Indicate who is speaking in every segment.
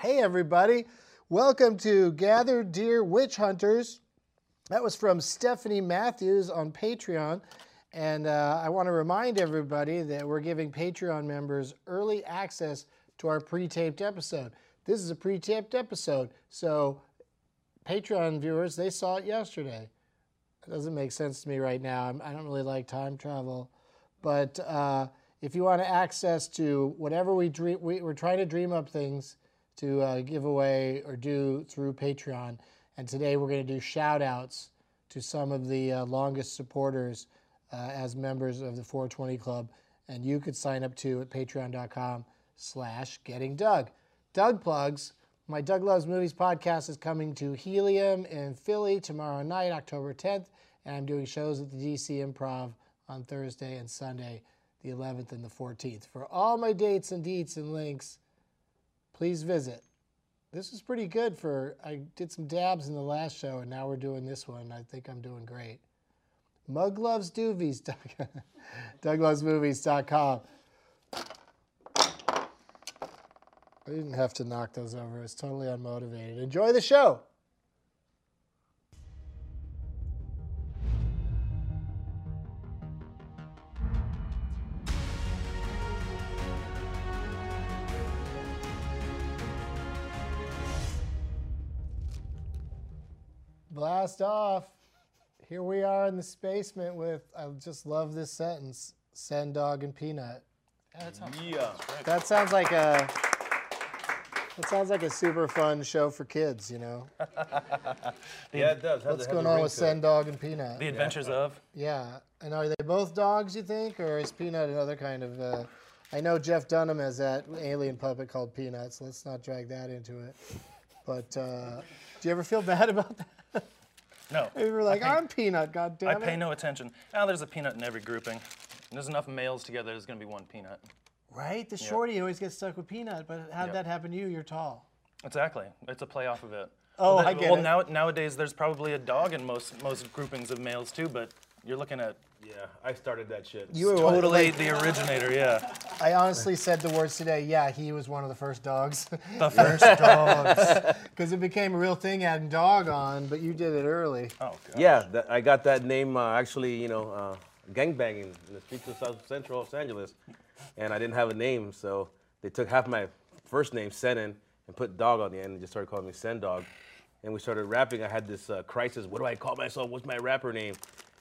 Speaker 1: Hey, everybody. Welcome to Gather Deer Witch Hunters. That was from Stephanie Matthews on Patreon. And uh, I want to remind everybody that we're giving Patreon members early access to our pre taped episode. This is a pre taped episode. So, Patreon viewers, they saw it yesterday. It doesn't make sense to me right now. I'm, I don't really like time travel. But uh, if you want to access to whatever we dream, we, we're trying to dream up things to uh, give away or do through Patreon. And today we're going to do shout outs to some of the uh, longest supporters uh, as members of the 420 Club. And you could sign up too at patreon.com slash getting Doug. Doug plugs. My Doug Loves Movies podcast is coming to Helium in Philly tomorrow night, October 10th. And I'm doing shows at the DC Improv on Thursday and Sunday, the 11th and the 14th. For all my dates and deets and links, please visit. This is pretty good for, I did some dabs in the last show and now we're doing this one. I think I'm doing great. Mug loves doovies. Doug, DougLovesMovies.com. I didn't have to knock those over. I was totally unmotivated. Enjoy the show. Blast off. Here we are in the basement with, I just love this sentence, Send Dog and Peanut.
Speaker 2: Yeah.
Speaker 1: That sounds like a. That sounds like a super fun show for kids, you know.
Speaker 2: Yeah, it
Speaker 1: What's
Speaker 2: does. Has a- has
Speaker 1: going
Speaker 2: a
Speaker 1: on
Speaker 2: ring
Speaker 1: with
Speaker 2: to it.
Speaker 1: Send Dog and Peanut?
Speaker 3: The Adventures of.
Speaker 1: Yeah, and are they both dogs? You think, or is Peanut another kind of? Uh, I know Jeff Dunham has that alien puppet called Peanut, so let's not drag that into it. But uh, do you ever feel bad about that?
Speaker 3: No.
Speaker 1: You were like, I'm Peanut, God
Speaker 3: I
Speaker 1: damn it.
Speaker 3: pay no attention. Now there's a peanut in every grouping. And there's enough males together, there's going to be one peanut.
Speaker 1: Right, the shorty always gets stuck with Peanut, but how'd that happen to you? You're tall.
Speaker 3: Exactly. It's a play off of it.
Speaker 1: Oh,
Speaker 3: well,
Speaker 1: I get
Speaker 3: well,
Speaker 1: it.
Speaker 3: now nowadays there's probably a dog in most most groupings of males too, but you're looking at
Speaker 2: Yeah, I started that shit.
Speaker 1: You were
Speaker 3: totally the originator, yeah.
Speaker 1: I honestly said the words today. Yeah, he was one of the first dogs.
Speaker 3: The first.
Speaker 1: dogs, because it became a real thing adding dog on, but you did it early.
Speaker 3: Oh, God.
Speaker 2: yeah, that, I got that name uh, actually, you know, uh, gangbanging in the streets of South Central Los Angeles, and I didn't have a name, so they took half my first name, Senin, and put dog on the end and just started calling me Sen Dog. And we started rapping. I had this uh, crisis. What do I call myself? What's my rapper name?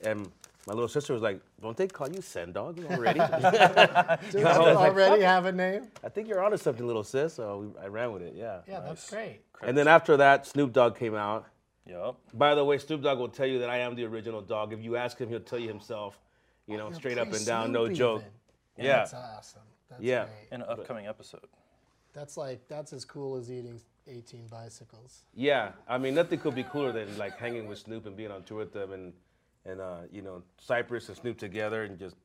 Speaker 2: And my little sister was like, "Don't they call you Sen Dog already?" I
Speaker 1: Do you already have a name?
Speaker 2: think you're onto something, little sis. So we, I ran with it. Yeah.
Speaker 1: Yeah, that's great.
Speaker 2: And then after that, Snoop Dogg came out.
Speaker 3: Yup.
Speaker 2: By the way, Snoop Dogg will tell you that I am the original dog. If you ask him, he'll tell you himself. You know,
Speaker 1: You're
Speaker 2: straight up and
Speaker 1: pretty
Speaker 2: down, no
Speaker 1: Snoopy
Speaker 2: joke.
Speaker 1: then.
Speaker 2: Yeah.
Speaker 1: That's awesome. That's
Speaker 2: Yeah.
Speaker 1: great.
Speaker 3: In an upcoming episode.
Speaker 1: That's like that's as cool as eating 18 bicycles.
Speaker 2: Yeah. I mean, nothing could be cooler than like hanging with Snoop and being on tour with them and and uh, you know, Cypress and Snoop together and just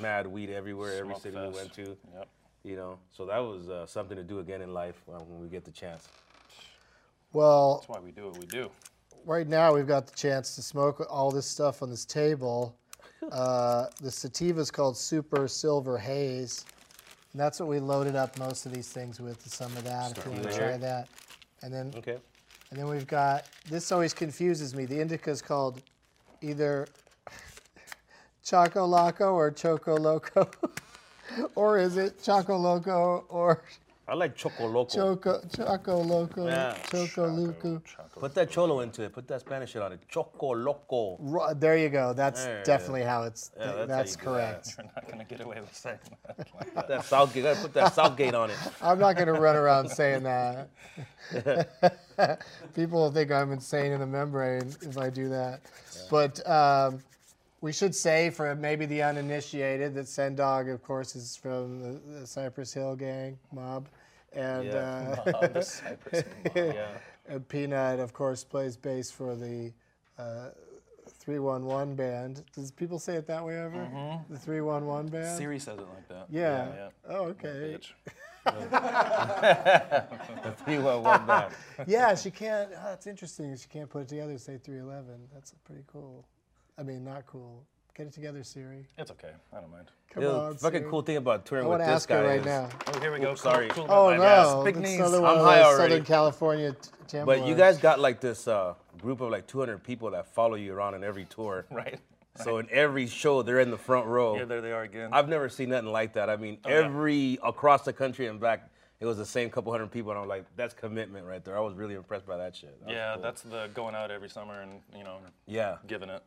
Speaker 2: mad weed everywhere, every
Speaker 3: Smoke
Speaker 2: city we
Speaker 3: fest.
Speaker 2: went to.
Speaker 3: Yep.
Speaker 2: You know, so that was uh, something to do again in life uh, when we get the chance.
Speaker 1: Well,
Speaker 3: That's why we do what we do.
Speaker 1: right now we've got the chance to smoke all this stuff on this table. Uh, the sativa is called Super Silver Haze, and that's what we loaded up most of these things with. is Some of that, if you want to
Speaker 2: there.
Speaker 1: try that, and then
Speaker 2: Okay.
Speaker 1: And then we've got this always confuses me. The indica is called either Choco Loco or Choco Loco. or is it Choco Loco or
Speaker 2: I like Choco Loco.
Speaker 1: Choco Choco Loco
Speaker 2: Yeah.
Speaker 1: Ah, Choco Loco?
Speaker 2: Put that cholo into it. Put that Spanish shit on it. Choco Loco.
Speaker 1: Ro- There you go. That's
Speaker 2: There it is.
Speaker 1: definitely how it's.
Speaker 2: Yeah,
Speaker 1: th-
Speaker 2: that's how
Speaker 1: that's
Speaker 2: you do that.
Speaker 1: correct.
Speaker 3: We're not going to get away with saying that.
Speaker 2: Put that Southgate. Gotta put that Southgate on it.
Speaker 1: I'm not going to run around saying that. People will think I'm insane in the membrane if I do that. But um, we should say for maybe the uninitiated that Sendog, of course, is from the, the Cypress Hill gang mob, and
Speaker 2: Yeah.
Speaker 1: uh,
Speaker 3: Oh, the Cypress Mom.
Speaker 2: Yeah.
Speaker 1: and Peanut, of course, plays bass for the. Uh, 311 band. Does people say it that way ever?
Speaker 2: Mm-hmm.
Speaker 1: The 311 band?
Speaker 3: Siri says it like that.
Speaker 1: yeah.
Speaker 3: yeah.
Speaker 1: Oh, okay.
Speaker 3: Bitch.
Speaker 2: He went one back.
Speaker 1: yeah, she can't. Oh, it's interesting. She can't put it together. Say 311. That's pretty cool. I mean, not cool. Get it together, Siri.
Speaker 3: It's okay. I don't mind.
Speaker 1: Come
Speaker 2: the
Speaker 1: on,
Speaker 2: fucking
Speaker 1: Siri.
Speaker 2: cool thing about touring
Speaker 1: I
Speaker 2: with
Speaker 1: want to
Speaker 2: this
Speaker 1: ask
Speaker 2: guy
Speaker 1: her right
Speaker 2: is,
Speaker 1: now.
Speaker 3: Oh, here we go.
Speaker 2: sorry.
Speaker 3: Cool, cool
Speaker 1: Oh
Speaker 3: about my ass.
Speaker 1: no,
Speaker 3: Big
Speaker 1: that's
Speaker 3: knees.
Speaker 1: another one
Speaker 2: I'm
Speaker 1: of
Speaker 2: high
Speaker 1: those
Speaker 2: already.
Speaker 1: Southern California t- tampons.
Speaker 2: But you guys got like this uh, group of like 200 people that follow you around in every tour.
Speaker 3: Right.
Speaker 2: So in every show, they're in the front row.
Speaker 3: Yeah, there they are again.
Speaker 2: I've never seen nothing like that. I mean,
Speaker 3: yeah.
Speaker 2: every across the country and back, it was the same couple hundred people, and I was like, that's commitment right there. I was really impressed by that shit. That was
Speaker 3: yeah,
Speaker 2: cool.
Speaker 3: that's the going out every summer and you know
Speaker 2: yeah.
Speaker 3: giving it.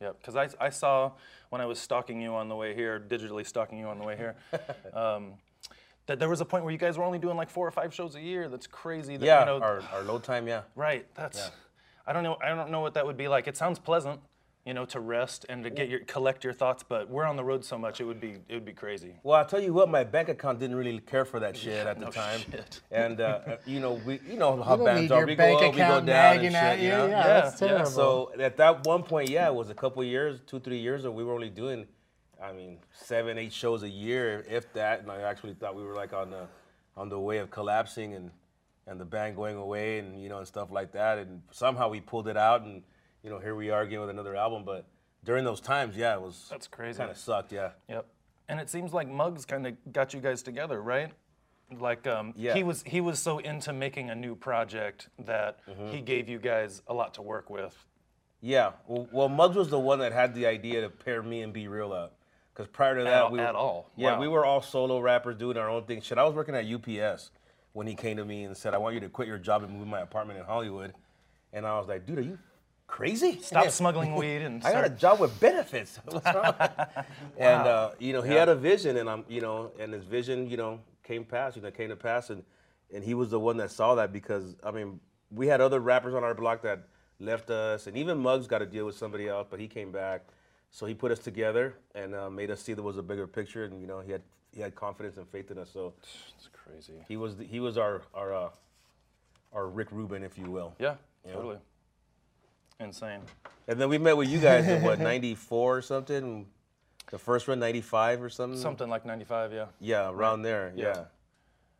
Speaker 3: Yep. Because I, I saw when I was stalking you on the way here, digitally stalking you on the way here, um, that there was a point where you guys were only doing like four or five shows a year. That's crazy. That,
Speaker 2: Yeah,
Speaker 3: You know,
Speaker 2: our, our low time, yeah.
Speaker 3: right. That's. I don't know. I don't know what that would be like. It sounds pleasant, you know, to rest and to get your collect your thoughts. But we're on the road so much, it would be it would be crazy.
Speaker 2: Well, I'll tell you what, my bank account didn't really care for that shit at the
Speaker 3: no
Speaker 2: time.
Speaker 3: Oh, shit.
Speaker 2: And, uh, you know, we, you know how
Speaker 1: don't need
Speaker 2: bands are.
Speaker 1: your
Speaker 2: We go
Speaker 1: bank
Speaker 2: up, we go
Speaker 1: account
Speaker 2: down and
Speaker 1: nagging
Speaker 2: shit,
Speaker 1: at
Speaker 2: you
Speaker 1: you.
Speaker 2: know?
Speaker 1: Yeah, that's
Speaker 3: Yeah, yeah.
Speaker 1: terrible.
Speaker 2: So at that one point, yeah, it was a couple years, two, three years, and we were only doing, I mean, seven, eight shows a year, if that. And I actually thought we were like on the, on the way of collapsing and, and the band going away and you know and stuff like that. And somehow we pulled it out, and you know here we are again with another album. But during those times, yeah, it was
Speaker 3: That's crazy.
Speaker 2: Kind of sucked, yeah.
Speaker 3: Yep. And it seems like Muggs kind of got you guys together, right? Like um,
Speaker 2: Yeah.
Speaker 3: he was he was so into making a new project that he gave you guys a lot to work with.
Speaker 2: Yeah. Well, well, Muggs was the one that had the idea to pair me and Be Real up. Because prior to that,
Speaker 3: all-
Speaker 2: we
Speaker 3: at all.
Speaker 2: Yeah,
Speaker 3: Wow.
Speaker 2: we were all solo rappers doing our own thing. Shit, I was working at UPS when he came to me and said, "I want you to quit your job and move to my apartment in Hollywood." And I was like, "Dude, are you crazy?
Speaker 3: Stop smuggling weed and
Speaker 2: I got a
Speaker 3: start.
Speaker 2: job with benefits. What's wrong?" And uh, you know, he had a vision, and I'm, you know, and his vision, you know, came past, you know, came to pass, and and he was the one that saw that because I mean, we had other rappers on our block that left us, and even Muggs got to deal with somebody else, but he came back, so he put us together and uh, made us see there was a bigger picture, and you know, he had he had confidence and faith in us, so
Speaker 3: It's crazy.
Speaker 2: he was the, he was our our uh, our Rick Rubin, if you will.
Speaker 3: Yeah, totally. Insane.
Speaker 2: And then we met with you guys in what, 94 or something? The first one, 95 or something?
Speaker 3: Something like 95, yeah.
Speaker 2: Yeah, around there, yeah.
Speaker 3: Yeah.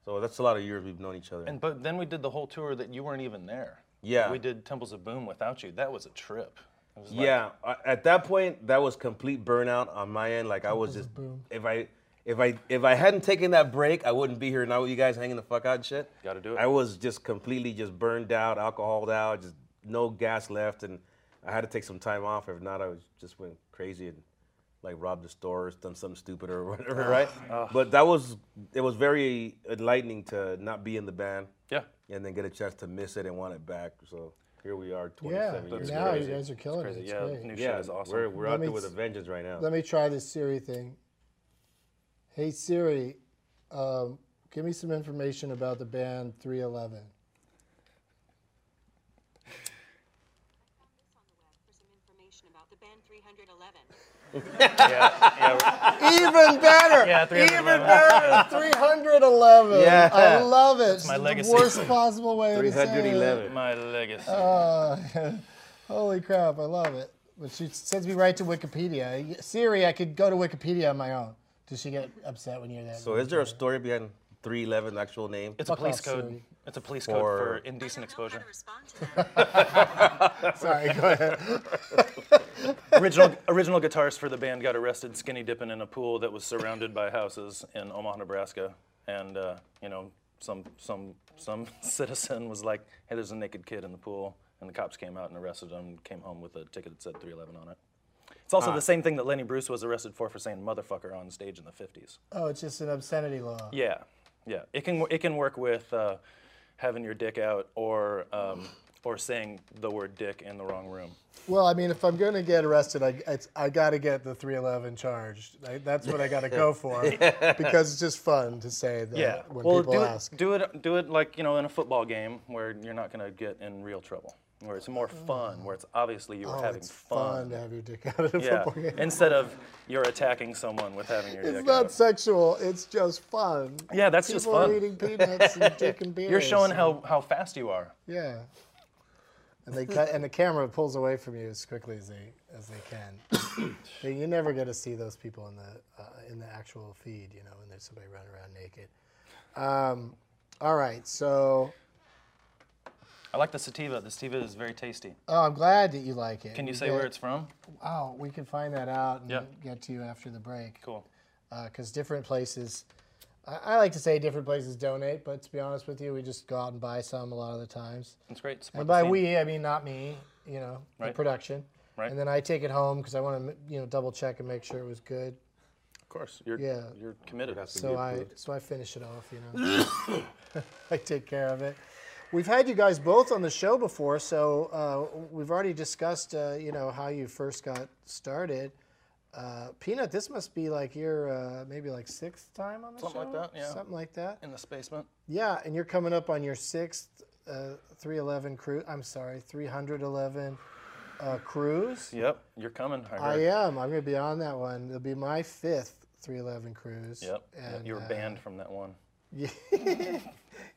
Speaker 2: So that's a lot of years we've known each other.
Speaker 3: And but then we did the whole tour that you weren't even there.
Speaker 2: Yeah.
Speaker 3: We did Temples of Boom without you. That was a trip. It was like-
Speaker 2: yeah, I- at that point, that was complete burnout on my end. Like I was just, if I, if I, if I hadn't taken that break, I wouldn't be here now with you guys hanging the fuck out and shit.
Speaker 3: Gotta do it.
Speaker 2: I was just completely just burned out, alcoholed out, just no gas left, and I had to take some time off. If not, I was just went crazy and like robbed the store, or done something stupid or whatever, right? But that was, it was very enlightening to not be in the band.
Speaker 3: Yeah.
Speaker 2: and then get a chance to miss it and want it back. So here we are,
Speaker 1: yeah,
Speaker 2: 27 years.
Speaker 1: now
Speaker 2: later.
Speaker 1: you guys are killing it.
Speaker 3: Crazy.
Speaker 1: It's
Speaker 3: Yeah.
Speaker 1: great.
Speaker 3: New
Speaker 2: yeah,
Speaker 3: shit is awesome.
Speaker 2: We're, we're
Speaker 1: Let
Speaker 2: out
Speaker 1: me
Speaker 2: there with a
Speaker 1: s-
Speaker 2: vengeance right now.
Speaker 1: Let me try this Siri thing. Hey Siri, um, give me some information about the band 311.
Speaker 4: Find us on the web for some information about the band 311.
Speaker 3: yeah. yeah we're-
Speaker 1: Even better.
Speaker 3: Yeah, 311.
Speaker 1: Even better. 311.
Speaker 2: Yeah.
Speaker 1: I love it. It's
Speaker 3: my
Speaker 1: the
Speaker 3: legacy.
Speaker 1: worst possible way to say it.
Speaker 2: 311.
Speaker 3: My legacy.
Speaker 1: Uh, holy crap, I love it. But she sends me right to Wikipedia. Siri, I could go to Wikipedia on my own. Does she get upset when you're that?
Speaker 2: So is there a story behind 311, the actual name?
Speaker 3: it's a
Speaker 1: fuck
Speaker 3: police
Speaker 1: off,
Speaker 3: code.
Speaker 1: Siri.
Speaker 3: It's a police code
Speaker 2: For-
Speaker 3: for indecent
Speaker 4: I don't know how
Speaker 3: exposure.
Speaker 4: to respond to that.
Speaker 1: Sorry, go ahead.
Speaker 3: original original guitarist for the band got arrested skinny dipping in a pool that was surrounded by houses in Omaha, Nebraska, and uh, you know some some some citizen was like, "Hey, there's a naked kid in the pool," and the cops came out and arrested him. and Came home with a ticket that said 311 on it. It's also the same thing that Lenny Bruce was arrested for for saying "motherfucker" on stage in the 50s.
Speaker 1: Oh, it's just an obscenity law.
Speaker 3: Yeah, yeah. It can it can work with uh, having your dick out or um, or saying the word "dick" in the wrong room.
Speaker 1: Well, I mean, if I'm going to get arrested, I, it's, I got to get the 311 charged. I, that's what I got to go for because it's just fun to say that
Speaker 3: Yeah.
Speaker 1: when
Speaker 3: well,
Speaker 1: people
Speaker 3: do
Speaker 1: ask.
Speaker 3: It, do it. Do it like you know in a football game where you're not going to get in real trouble. Where it's more fun. Where it's obviously you were
Speaker 1: oh,
Speaker 3: having
Speaker 1: it's fun
Speaker 3: fun.
Speaker 1: to have your dick out at a
Speaker 3: Yeah.
Speaker 1: football game.
Speaker 3: Instead of you're attacking someone with having your
Speaker 1: It's
Speaker 3: dick
Speaker 1: not
Speaker 3: out.
Speaker 1: sexual. It's just fun.
Speaker 3: Yeah, that's
Speaker 1: People
Speaker 3: just
Speaker 1: are
Speaker 3: fun.
Speaker 1: eating peanuts and drinking beers.
Speaker 3: You're showing
Speaker 1: and-
Speaker 3: how, how fast you are.
Speaker 1: Yeah. And they cut, and the camera pulls away from you as quickly as they as they can. So you're never going to see those people in the uh, in the actual feed, you know, when there's somebody running around naked. Um, all right, so
Speaker 3: I like the sativa. The sativa is very tasty.
Speaker 1: Oh, I'm glad that you like it.
Speaker 3: Can you
Speaker 1: We
Speaker 3: say
Speaker 1: get-
Speaker 3: where it's from?
Speaker 1: Oh, we can find that out and
Speaker 3: Yeah.
Speaker 1: get to you after the break.
Speaker 3: Cool.
Speaker 1: Because Uh, different places, I, I like to say different places donate, but to be honest with you, we just go out and buy some a lot of the times.
Speaker 3: That's great. Support
Speaker 1: And
Speaker 3: the
Speaker 1: by
Speaker 3: scene.
Speaker 1: we, I mean not me. You know, the
Speaker 3: Right.
Speaker 1: production.
Speaker 3: Right.
Speaker 1: And then I take it home because I want to, you know, double check and make sure it was good.
Speaker 3: Of course. You're,
Speaker 1: Yeah.
Speaker 3: you're committed.
Speaker 2: That's
Speaker 1: So I so I finish it off, you know. I take care of it. We've had you guys both on the show before, so uh, we've already discussed, uh, you know, how you first got started. Uh, Peanut, this must be like your uh, maybe like sixth time on the
Speaker 3: Something
Speaker 1: show,
Speaker 3: like that, yeah.
Speaker 1: something like that.
Speaker 3: In the basement.
Speaker 1: Yeah, and you're coming up on your sixth uh, 311 cruise. I'm sorry, 311 uh, cruise.
Speaker 3: Yep. You're coming. I
Speaker 1: I
Speaker 3: heard.
Speaker 1: am. I'm gonna be on that one. It'll be my fifth 311 cruise.
Speaker 3: Yep. yeah,
Speaker 1: And,
Speaker 3: you were
Speaker 1: uh,
Speaker 3: banned from that one.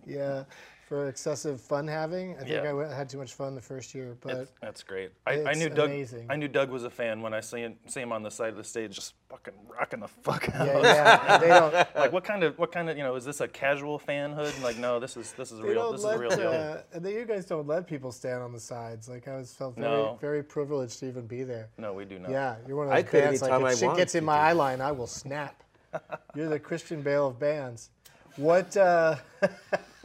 Speaker 1: Yeah, for excessive fun having. I think
Speaker 3: Yeah.
Speaker 1: I went- had too much fun the first year, but
Speaker 3: It's- that's great. I, I
Speaker 1: it's
Speaker 3: knew Doug.
Speaker 1: amazing.
Speaker 3: I knew Doug was a fan when I see him, see him on the side of the stage, just fucking rocking the fuck out.
Speaker 1: yeah, yeah, they don't.
Speaker 3: Like what kind of what kind of you know is this a casual fanhood? Like no, this is this is
Speaker 1: They
Speaker 3: real.
Speaker 1: don't
Speaker 3: This is a
Speaker 1: let.
Speaker 3: real deal.
Speaker 1: uh, and they, you guys don't let people stand on the sides. Like I was felt very,
Speaker 3: No.
Speaker 1: very privileged to even be there.
Speaker 3: no, we do not.
Speaker 1: Yeah, you're one of
Speaker 2: I
Speaker 1: those
Speaker 2: could
Speaker 1: bands. Like if
Speaker 2: anytime I
Speaker 1: shit
Speaker 2: want
Speaker 1: gets in
Speaker 2: to
Speaker 1: my
Speaker 2: do.
Speaker 1: eye line, I will snap. you're the Christian Bale of bands. What? Uh,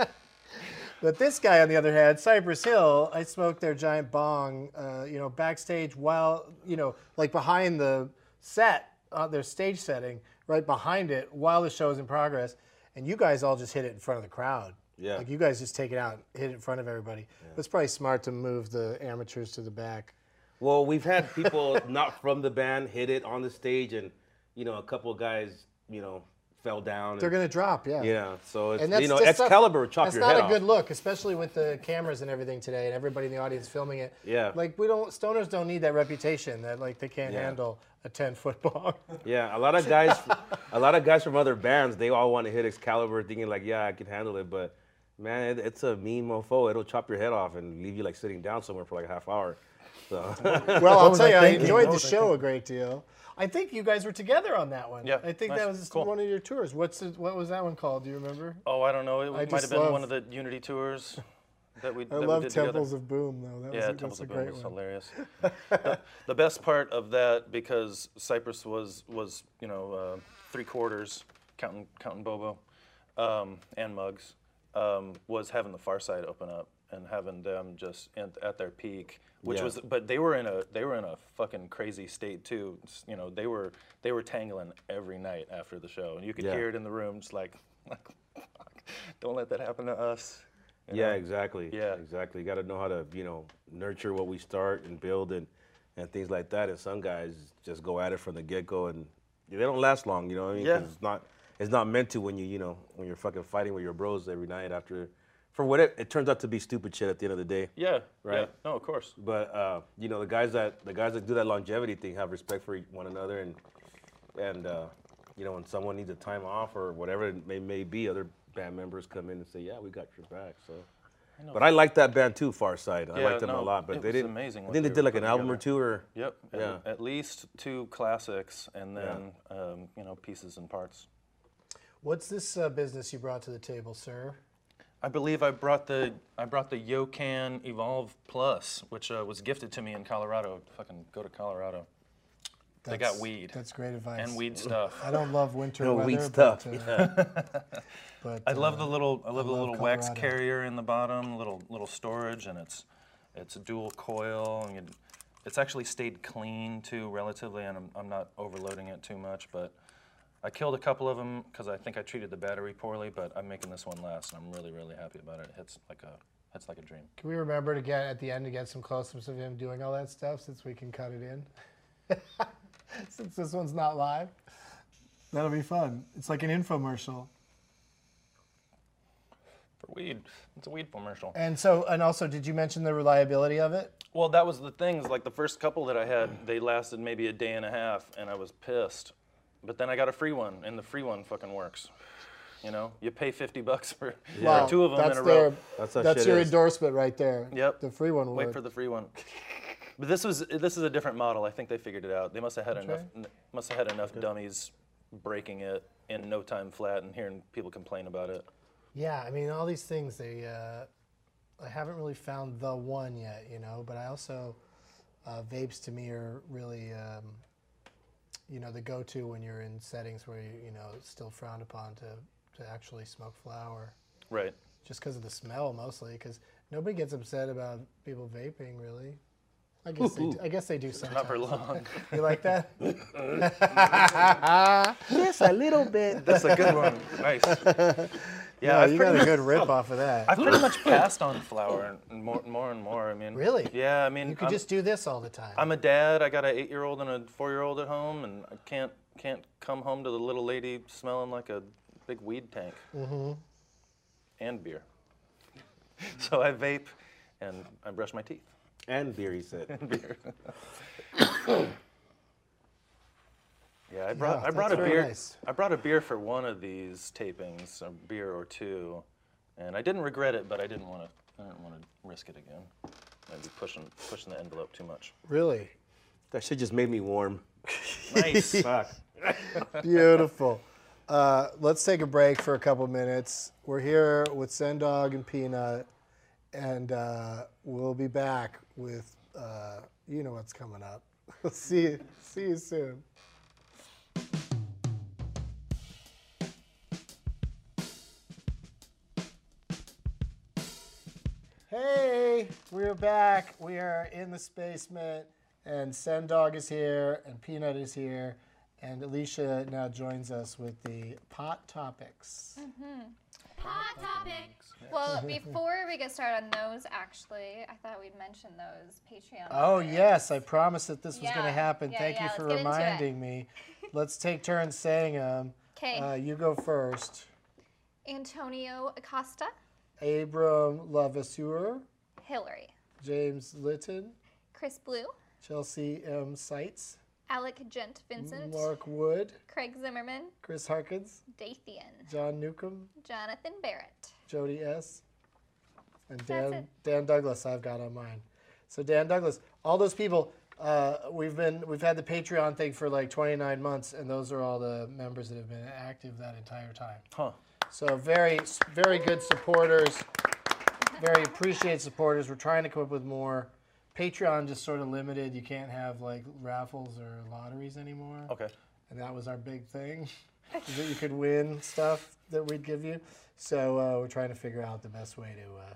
Speaker 1: But this guy, on the other hand, Cypress Hill, I smoked their giant bong, uh, you know, backstage while, you know, like behind the set, uh, their stage setting, right behind it while the show is in progress. And you guys all just hit it in front of the crowd.
Speaker 2: Yeah.
Speaker 1: Like you guys just take it out, hit it in front of everybody. It's probably smart to move the amateurs to the back.
Speaker 2: Well, we've had people not from the band hit it on the stage, and you know, a couple of guys, you know, fell down.
Speaker 1: They're going to drop, yeah.
Speaker 2: Yeah, so it's
Speaker 1: And that's
Speaker 2: you know,
Speaker 1: just stuff-
Speaker 2: Excalibur chop
Speaker 1: That's
Speaker 2: your
Speaker 1: not
Speaker 2: head
Speaker 1: a
Speaker 2: off.
Speaker 1: good look, especially with the cameras and everything today, and everybody in the audience filming it.
Speaker 2: Yeah.
Speaker 1: Like we don't stoners don't need that reputation that like they can't
Speaker 2: Yeah.
Speaker 1: handle a ten foot ball.
Speaker 2: Yeah, a lot of guys, a lot of guys from other bands, they all want to hit Excalibur, thinking like, yeah, I can handle it. But man, it, it's a mean mofo. It'll chop your head off and leave you like sitting down somewhere for like a half hour. So
Speaker 1: well, I'll tell you, I
Speaker 5: thinking?
Speaker 1: enjoyed
Speaker 5: What
Speaker 1: the
Speaker 5: was I
Speaker 1: show a great deal. I think you guys were together on that one.
Speaker 3: Yeah,
Speaker 1: I think that
Speaker 3: nice,
Speaker 1: was
Speaker 3: cool.
Speaker 1: one of your tours. What's it, what was that one called? Do you remember?
Speaker 3: Oh, I don't know. It might
Speaker 1: just
Speaker 3: have been
Speaker 1: love-
Speaker 3: one of the Unity tours that we,
Speaker 1: I
Speaker 3: that
Speaker 1: love
Speaker 3: we did
Speaker 1: Temples
Speaker 3: together.
Speaker 1: of Boom though. That
Speaker 3: yeah,
Speaker 1: was, a-
Speaker 3: Temples
Speaker 1: that's a
Speaker 3: of Boom
Speaker 1: great
Speaker 3: was
Speaker 1: one.
Speaker 3: hilarious. the, the best part of that because Cypress was was you know uh, three quarters counting counting Bobo um, and Mugs um, was having the Far Side open up and having them just in, at their peak, which
Speaker 2: Yeah.
Speaker 3: was but they were in a they were in a fucking crazy state too. S- You know they were they were tangling every night after the show, and you could
Speaker 2: Yeah.
Speaker 3: hear it in the room, just like, like don't let that happen to us. you
Speaker 2: yeah,
Speaker 3: know?
Speaker 2: exactly.
Speaker 3: Yeah.
Speaker 2: exactly. You got to know how to you know nurture what we start and build and and things like that. And some guys just go at it from the get go and they don't last long. You know what I mean?
Speaker 3: Yeah.
Speaker 2: 'Cause It's not it's not meant to when you you know when you're fucking fighting with your bros every night after. For what it, it turns out to be stupid shit at the end of the day.
Speaker 3: Yeah. Yeah.
Speaker 2: Right.
Speaker 3: No, of course.
Speaker 2: But uh, you know, the guys that the guys that do that longevity thing have respect for one another, and and uh, you know, when someone needs a time off or whatever it may, may be, other band members come in and say, "Yeah, we got your back." So, but I like that band too, Far Side. I
Speaker 3: Yeah,
Speaker 2: liked them
Speaker 3: no,
Speaker 2: a lot, but
Speaker 3: it
Speaker 2: they
Speaker 3: was
Speaker 2: didn't.
Speaker 3: amazing
Speaker 2: I
Speaker 3: what
Speaker 2: think they,
Speaker 3: they
Speaker 2: did
Speaker 3: were
Speaker 2: like an
Speaker 3: putting
Speaker 2: album or
Speaker 3: together.
Speaker 2: two, or
Speaker 3: Yep. at-
Speaker 2: Yeah.
Speaker 3: At, least two classics, and then um, you know pieces and parts.
Speaker 1: What's this uh, business you brought to the table, sir?
Speaker 3: I believe I brought the I brought the Yocan Evolve Plus, which uh, was gifted to me in Colorado. Fucking go to Colorado.
Speaker 1: That's,
Speaker 3: got weed.
Speaker 1: That's great advice.
Speaker 3: And weed stuff.
Speaker 1: I don't love winter
Speaker 2: no
Speaker 1: weather.
Speaker 2: weed
Speaker 1: but,
Speaker 2: stuff.
Speaker 1: uh, but,
Speaker 3: I
Speaker 1: uh,
Speaker 3: love the little I love the
Speaker 1: love
Speaker 3: little wax
Speaker 1: Colorado.
Speaker 3: carrier in the bottom, little little storage, and it's it's a dual coil. And you- it's actually stayed clean too, relatively, and I'm, I'm not overloading it too much. But I killed a couple of them because I think I treated the battery poorly, but I'm making this one last, and I'm really really happy about it. It hits like a hits like a dream.
Speaker 1: Can we remember to get at the end to get some close-ups of him doing all that stuff since we can cut it in? since this one's not live, that'll be fun. It's like an infomercial.
Speaker 3: For weed, it's a weed commercial.
Speaker 1: And so, and also, did you mention the reliability of it?
Speaker 3: Well, that was the thing. Is like the first couple that I had, they lasted maybe a day and a half, and I was pissed. But then I got a free one, and the free one fucking works. You know, you pay 50 bucks for, for
Speaker 1: Wow,
Speaker 3: two of them
Speaker 1: that's
Speaker 3: in a
Speaker 1: their,
Speaker 3: row.
Speaker 2: That's
Speaker 1: That's,
Speaker 2: how shit
Speaker 1: your
Speaker 2: is.
Speaker 1: endorsement right there.
Speaker 3: Yep.
Speaker 1: The free one.
Speaker 3: Wait
Speaker 1: would.
Speaker 3: for the free one. But this was this is a different model. I think they figured it out. They must have had enough n- must have had enough dummies breaking it in no time flat, and hearing people complain about it.
Speaker 1: Yeah, I mean, all these things they uh, I haven't really found the one yet, you know. But I also uh, vapes to me are really, um, you know, the go-to when you're in settings where you, you know it's still frowned upon to to actually smoke flower,
Speaker 3: Right.
Speaker 1: just because of the smell mostly. Because nobody gets upset about people vaping really. I guess they, I guess they do
Speaker 3: Not for
Speaker 1: sometimes.
Speaker 3: long.
Speaker 1: You like that?
Speaker 2: Just a little bit.
Speaker 3: That's a good one. Nice. Yeah,
Speaker 1: Oh,
Speaker 3: I've
Speaker 1: you
Speaker 3: pretty
Speaker 1: got a
Speaker 3: much-
Speaker 1: good rip off of that.
Speaker 3: I've pretty much passed on flour and more, more and more. I mean,
Speaker 1: Really?
Speaker 3: Yeah, I mean,
Speaker 1: You could
Speaker 3: I'm,
Speaker 1: just do this all the time.
Speaker 3: I'm a dad. I got an eight-year-old and a four-year-old at home, and I can't can't come home to the little lady smelling like a big weed tank. Mm-hmm. And beer. so I vape, and I brush my teeth.
Speaker 2: And beer, he said.
Speaker 3: Yeah, I brought
Speaker 1: Yeah,
Speaker 3: I brought
Speaker 1: that's
Speaker 3: a
Speaker 1: very
Speaker 3: beer.
Speaker 1: nice.
Speaker 3: I brought a beer for one of these tapings, a beer or two, and I didn't regret it, but I didn't want to. I didn't want to risk it again. I'd be pushing pushing the envelope too much.
Speaker 1: really
Speaker 2: That shit just made me warm.
Speaker 3: Nice.
Speaker 2: Fuck.
Speaker 1: beautiful. Uh, let's take a break for a couple minutes. We're here with Sendog and Peanut, and uh, we'll be back with uh, you know what's coming up. see you, see you soon. Hey, we're back. We are in the basement, and Sendog is here, and Peanut is here, and Alicia now joins us with the pot topics.
Speaker 5: Hot topic. Well, before we get started on those, actually, I thought we'd mention those Patreon.
Speaker 1: Oh
Speaker 5: members.
Speaker 1: yes, I promised that this was going to
Speaker 5: Yeah,
Speaker 1: happen.
Speaker 5: yeah,
Speaker 1: Thank you
Speaker 5: yeah,
Speaker 1: for
Speaker 5: let's get into it.
Speaker 1: reminding me. Let's take turns saying them.
Speaker 5: 'Kay.
Speaker 1: Uh, you go first.
Speaker 5: Antonio Acosta,
Speaker 1: Abram Lavasseur,
Speaker 5: Hillary,
Speaker 1: James Litton,
Speaker 5: Chris Blue,
Speaker 1: Chelsea M. Seitz,
Speaker 5: Alec Gent
Speaker 3: Mm,
Speaker 5: Vincent,
Speaker 1: Mark Wood,
Speaker 5: Craig Zimmerman,
Speaker 1: Chris Harkins,
Speaker 5: Dathian,
Speaker 1: John Newcomb,
Speaker 5: Jonathan Barrett.
Speaker 1: Jody S. And
Speaker 5: That's
Speaker 1: Dan
Speaker 5: it.
Speaker 1: Dan Douglas, I've got on mine. So Dan Douglas, all those people, uh, we've been we've had the Patreon thing for like 29 months, and those are all the members that have been active that entire time.
Speaker 3: huh.
Speaker 1: So very very good supporters, very appreciated supporters. We're trying to come up with more. Patreon just sort of limited. You can't have like raffles or lotteries anymore
Speaker 2: Oh.
Speaker 3: Okay.
Speaker 1: and that was our big thing is that you could win stuff that we'd give you so uh, we're trying to figure out the best way to uh,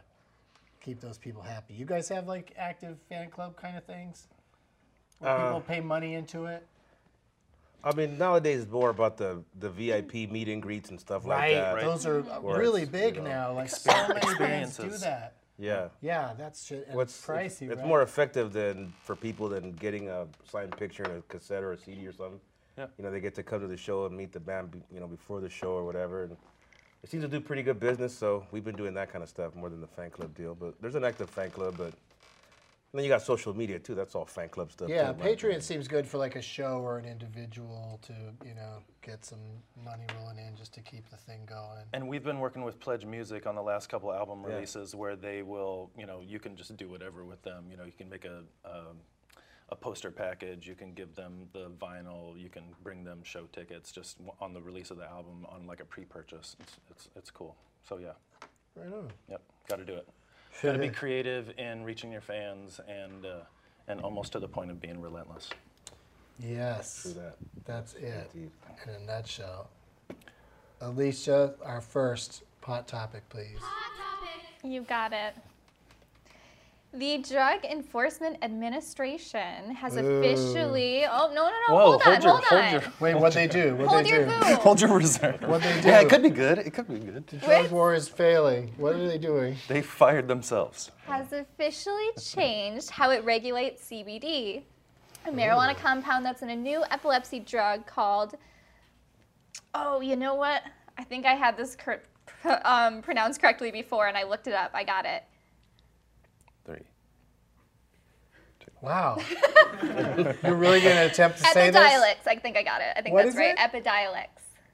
Speaker 1: keep those people happy you guys have like active fan club kind of things where
Speaker 2: Uh,
Speaker 1: people pay money into it
Speaker 2: I mean, nowadays it's more about the, the VIP meet and greets and stuff like that.
Speaker 1: those are uh,
Speaker 2: Or
Speaker 1: really
Speaker 2: it's,
Speaker 1: big
Speaker 2: you know,
Speaker 1: now like so many bands do
Speaker 3: experiences.
Speaker 1: that
Speaker 2: Yeah.
Speaker 1: yeah that's shit and
Speaker 2: What's
Speaker 1: it's pricey
Speaker 2: It's, it's
Speaker 1: right?
Speaker 2: more effective than for people than getting a signed picture and a cassette or a CD or something.
Speaker 3: Yeah.
Speaker 2: You know, they get to come to the show and meet the band, be- you know, before the show or whatever. And it seems to do pretty good business. So we've been doing that kind of stuff more than the fan club deal. But there's an active fan club, but and then you got social media too. That's all fan club stuff.
Speaker 1: yeah
Speaker 2: too, in my opinion.
Speaker 1: patreon seems good for like a show or an individual to you know get some money rolling in just to keep the thing going
Speaker 3: And we've been working with Pledge Music on the last couple album releases, where they will, you know, you can just do whatever with them. You know, you can make a, a a poster package, you can give them the vinyl, you can bring them show tickets just w- on the release of the album on like a pre-purchase. It's it's, it's cool. So yeah,
Speaker 1: right on
Speaker 3: yep, got to do it. Got to be creative in reaching your fans and uh, and almost to the point of being relentless.
Speaker 1: yes
Speaker 2: Do that.
Speaker 1: That's it
Speaker 2: Indeed.
Speaker 1: in a nutshell. Alicia, our first pot topic, please.
Speaker 5: You got it. The Drug Enforcement Administration has officially. Oh no no no!
Speaker 3: Whoa,
Speaker 5: hold on
Speaker 3: hold your-
Speaker 5: hold
Speaker 3: hold
Speaker 5: on.
Speaker 3: your-
Speaker 1: Wait, what they do? What
Speaker 5: Hold
Speaker 1: they
Speaker 5: your
Speaker 1: do?
Speaker 5: boo.
Speaker 3: Hold your reserve.
Speaker 1: What they do?
Speaker 3: Yeah, it could be good. It could be good.
Speaker 1: Drug war is failing. What are they doing?
Speaker 3: They fired themselves.
Speaker 5: has officially changed how it regulates CBD, a marijuana compound that's in a new epilepsy drug called. Oh, you know what? I think I had this cor- pr- um, pronounced correctly before, and I looked it up. I got it.
Speaker 3: Three.
Speaker 1: Wow. You're really going to attempt to say this?
Speaker 5: Epidiolex. I think I got it. I think
Speaker 1: What
Speaker 5: that's
Speaker 1: is
Speaker 5: right.
Speaker 1: it?
Speaker 5: Epidiolex.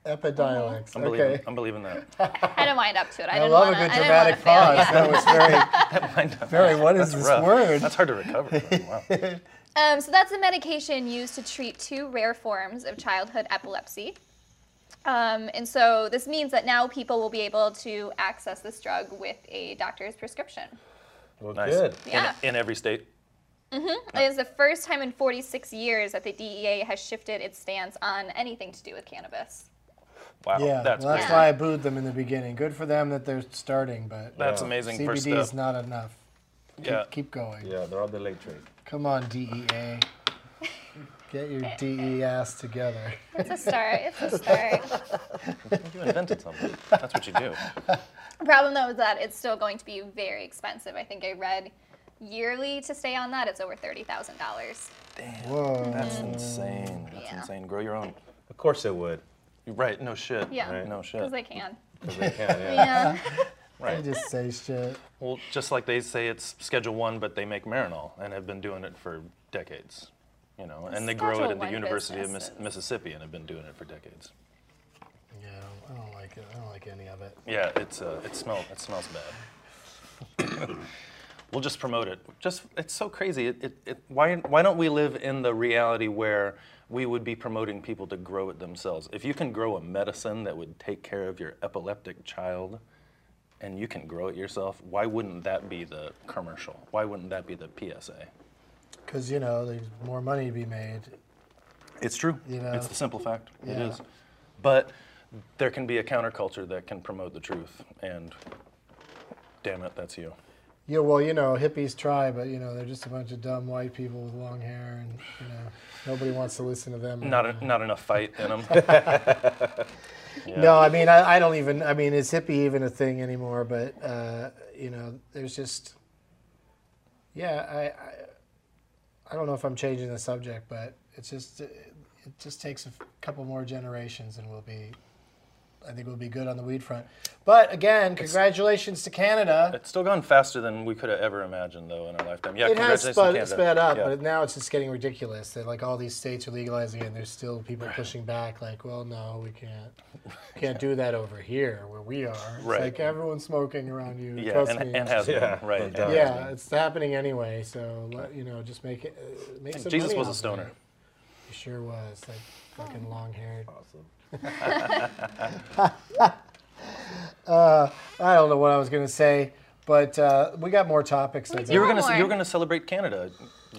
Speaker 1: Epidiolex.
Speaker 3: I'm believing.
Speaker 1: Okay.
Speaker 3: I'm believing that.
Speaker 5: I didn't wind up to it. I,
Speaker 1: I
Speaker 5: didn't
Speaker 1: love
Speaker 5: wanna,
Speaker 1: a good
Speaker 5: I didn't
Speaker 1: dramatic
Speaker 5: wanna fail.
Speaker 1: pause.
Speaker 5: Yeah.
Speaker 1: That was very, very, what is this
Speaker 3: rough.
Speaker 1: word?
Speaker 3: That's hard to recover from. Wow.
Speaker 5: Um, so that's a medication used to treat two rare forms of childhood epilepsy. Um, and so this means that now people will be able to access this drug with a doctor's prescription.
Speaker 2: Well,
Speaker 3: Nice.
Speaker 2: good.
Speaker 5: Yeah.
Speaker 3: In every state.
Speaker 5: It is the first time in 46 years that the DEA has shifted its stance on anything to do with cannabis.
Speaker 3: Wow.
Speaker 1: yeah,
Speaker 3: Oh, That's
Speaker 1: well, that's
Speaker 3: great.
Speaker 1: why I booed them in the beginning. Good for them that they're starting, but
Speaker 3: That's amazing. First
Speaker 1: CBD
Speaker 3: step.
Speaker 1: is not enough.
Speaker 3: yeah.
Speaker 1: Keep going.
Speaker 2: Yeah, they're on the late train.
Speaker 1: Come on, DEA. Get your DE ass together.
Speaker 5: It's a start. It's a start.
Speaker 3: You invented something. That's what you do.
Speaker 5: The problem though is that it's still going to be very expensive. I think I read yearly to stay on that it's over thirty thousand dollars.
Speaker 1: Whoa.
Speaker 3: That's insane. That's
Speaker 5: Yeah.
Speaker 3: insane. Grow your own.
Speaker 2: Of course it would.
Speaker 3: You're right. No shit.
Speaker 5: Yeah.
Speaker 2: Right.
Speaker 3: No
Speaker 5: Because
Speaker 3: shit.
Speaker 5: they can.
Speaker 2: 'cause they can, yeah.
Speaker 5: Yeah.
Speaker 1: I
Speaker 3: Right.
Speaker 1: just say shit.
Speaker 3: Well, just like they say it's Schedule One, but they make Marinol and have been doing it for decades. You know, and they grow
Speaker 5: Schedule
Speaker 3: it in the
Speaker 5: One
Speaker 3: University of Miss-
Speaker 5: businesses.
Speaker 3: Mississippi and have been doing it for decades.
Speaker 1: Yeah, I don't like it. I don't like any of it.
Speaker 3: Yeah, it's uh, it smells it smells bad. we'll just promote it. Just it's so crazy. It, it, it, why why don't we live in the reality where we would be promoting people to grow it themselves? If you can grow a medicine that would take care of your epileptic child, and you can grow it yourself, why wouldn't that be the commercial? Why wouldn't that be the PSA?
Speaker 1: Because, you know, there's more money to be made.
Speaker 3: It's true.
Speaker 1: You know?
Speaker 3: It's the simple fact.
Speaker 1: Yeah.
Speaker 3: It is. But there can be a counterculture that can promote the truth, and damn it, that's you.
Speaker 1: Yeah, well, you know, hippies try, but, you know, they're just a bunch of dumb white people with long hair, and, you know, nobody wants to listen to them.
Speaker 3: Not, a, not enough fight in them.
Speaker 1: No, I mean, I, I don't even, I mean, is hippie even a thing anymore? But, uh, you know, there's just, yeah, I, I, I don't know if I'm changing the subject, but it's just, it, it just takes a f- couple more generations and we'll be, I think we'll be good on the weed front. But again, congratulations to Canada.
Speaker 3: it's still gone faster than we could have ever imagined, though, in our lifetime. Yeah,
Speaker 1: It has
Speaker 3: congratulations,
Speaker 1: sped,
Speaker 3: Canada.
Speaker 1: sped up,
Speaker 3: Yeah.
Speaker 1: but now it's just getting ridiculous that like all these states are legalizing it and there's still people pushing back like, well, no, we can't. Can't do that over here where we are. It's
Speaker 3: Right.
Speaker 1: like everyone's smoking around you.
Speaker 3: yeah,
Speaker 1: Trust
Speaker 3: and,
Speaker 1: me.
Speaker 3: and has been,
Speaker 2: Yeah,
Speaker 3: right.
Speaker 2: no
Speaker 3: and
Speaker 2: doubt.
Speaker 3: has
Speaker 1: yeah,
Speaker 3: been.
Speaker 1: it's happening anyway. So let- you know, just make it. Uh, make some
Speaker 3: Jesus
Speaker 1: money
Speaker 3: was
Speaker 1: off
Speaker 3: a
Speaker 1: of
Speaker 3: stoner.
Speaker 1: it. He sure was. Like fucking long haired.
Speaker 2: Awesome.
Speaker 1: I don't know what I was gonna say, but uh, we got more topics. I
Speaker 5: We
Speaker 1: think.
Speaker 5: do.
Speaker 3: You were gonna
Speaker 5: One more.
Speaker 3: you were gonna celebrate Canada.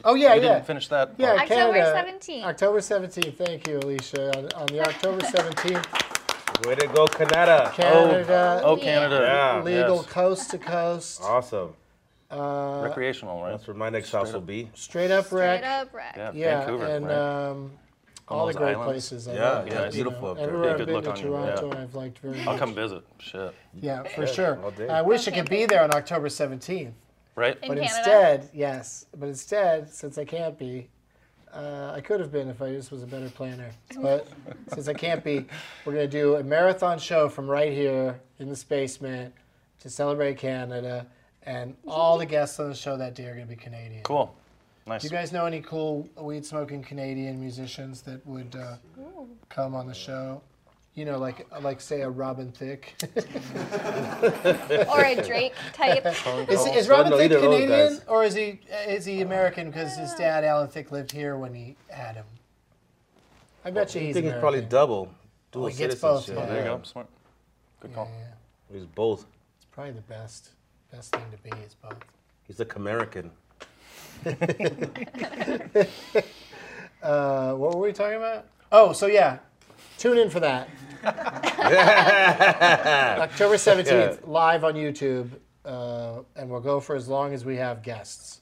Speaker 1: Oh yeah,
Speaker 3: we
Speaker 1: yeah.
Speaker 3: didn't finish that.
Speaker 1: Yeah,
Speaker 3: part.
Speaker 5: October
Speaker 1: Canada,
Speaker 5: 17th.
Speaker 1: October 17th. Thank you, Alicia. On, on the October 17th,
Speaker 2: Way to go, Canada.
Speaker 1: Canada
Speaker 3: Oh, Canada.
Speaker 2: Yeah.
Speaker 1: uh, legal
Speaker 3: yes.
Speaker 1: coast to coast.
Speaker 2: Awesome.
Speaker 3: Recreational, right?
Speaker 2: That's where my next house will be.
Speaker 1: Straight up wreck.
Speaker 5: Straight up wreck.
Speaker 3: Yeah,
Speaker 1: Yeah,
Speaker 3: Vancouver,
Speaker 1: and
Speaker 3: right?
Speaker 1: um, all the
Speaker 3: those
Speaker 1: great
Speaker 3: islands.
Speaker 1: places. I
Speaker 2: Yeah,
Speaker 1: love,
Speaker 2: yeah,
Speaker 1: you
Speaker 2: it's beautiful up there.
Speaker 1: Everywhere
Speaker 2: Yeah,
Speaker 1: I've
Speaker 3: good
Speaker 1: been
Speaker 3: look
Speaker 1: to
Speaker 3: on you, yeah.
Speaker 1: Toronto, I've liked very much.
Speaker 3: I'll come visit. Shit.
Speaker 1: Yeah, for sure.
Speaker 2: all day.
Speaker 1: I wish I could be there on October 17th,
Speaker 3: Right?
Speaker 5: In
Speaker 1: but
Speaker 5: Canada.
Speaker 1: instead, yes, but instead, since I can't be, uh, I could have been if I just was a better planner. But since I can't be, we're gonna do a marathon show from right here in the basement to celebrate Canada, and all the guests on the show that day are gonna be Canadian.
Speaker 3: Cool. Nice.
Speaker 1: Do you guys know any cool weed smoking Canadian musicians that would uh, come on the show? You know, like like say a Robin Thicke.
Speaker 5: Or a Drake type.
Speaker 1: Is,
Speaker 2: Oh,
Speaker 1: is
Speaker 2: no,
Speaker 1: Robin
Speaker 2: no,
Speaker 1: Thicke
Speaker 2: either of those
Speaker 1: Canadian
Speaker 2: guys.
Speaker 1: or is he is he American? Because his dad Alan Thicke lived here when he had him. I bet you
Speaker 2: I
Speaker 1: he's
Speaker 2: think it's
Speaker 1: American.
Speaker 2: probably double. Dual
Speaker 1: Oh, he gets both,
Speaker 2: citizenship.
Speaker 1: yeah.
Speaker 3: there you go. Smart. Good call.
Speaker 1: Yeah,
Speaker 2: He's both.
Speaker 1: it's probably the best best thing to be is both.
Speaker 2: He's like American.
Speaker 1: Uh, what were we talking about? Oh, so yeah, tune in for that. October seventeenth, live on YouTube, uh, and we'll go for as long as we have guests.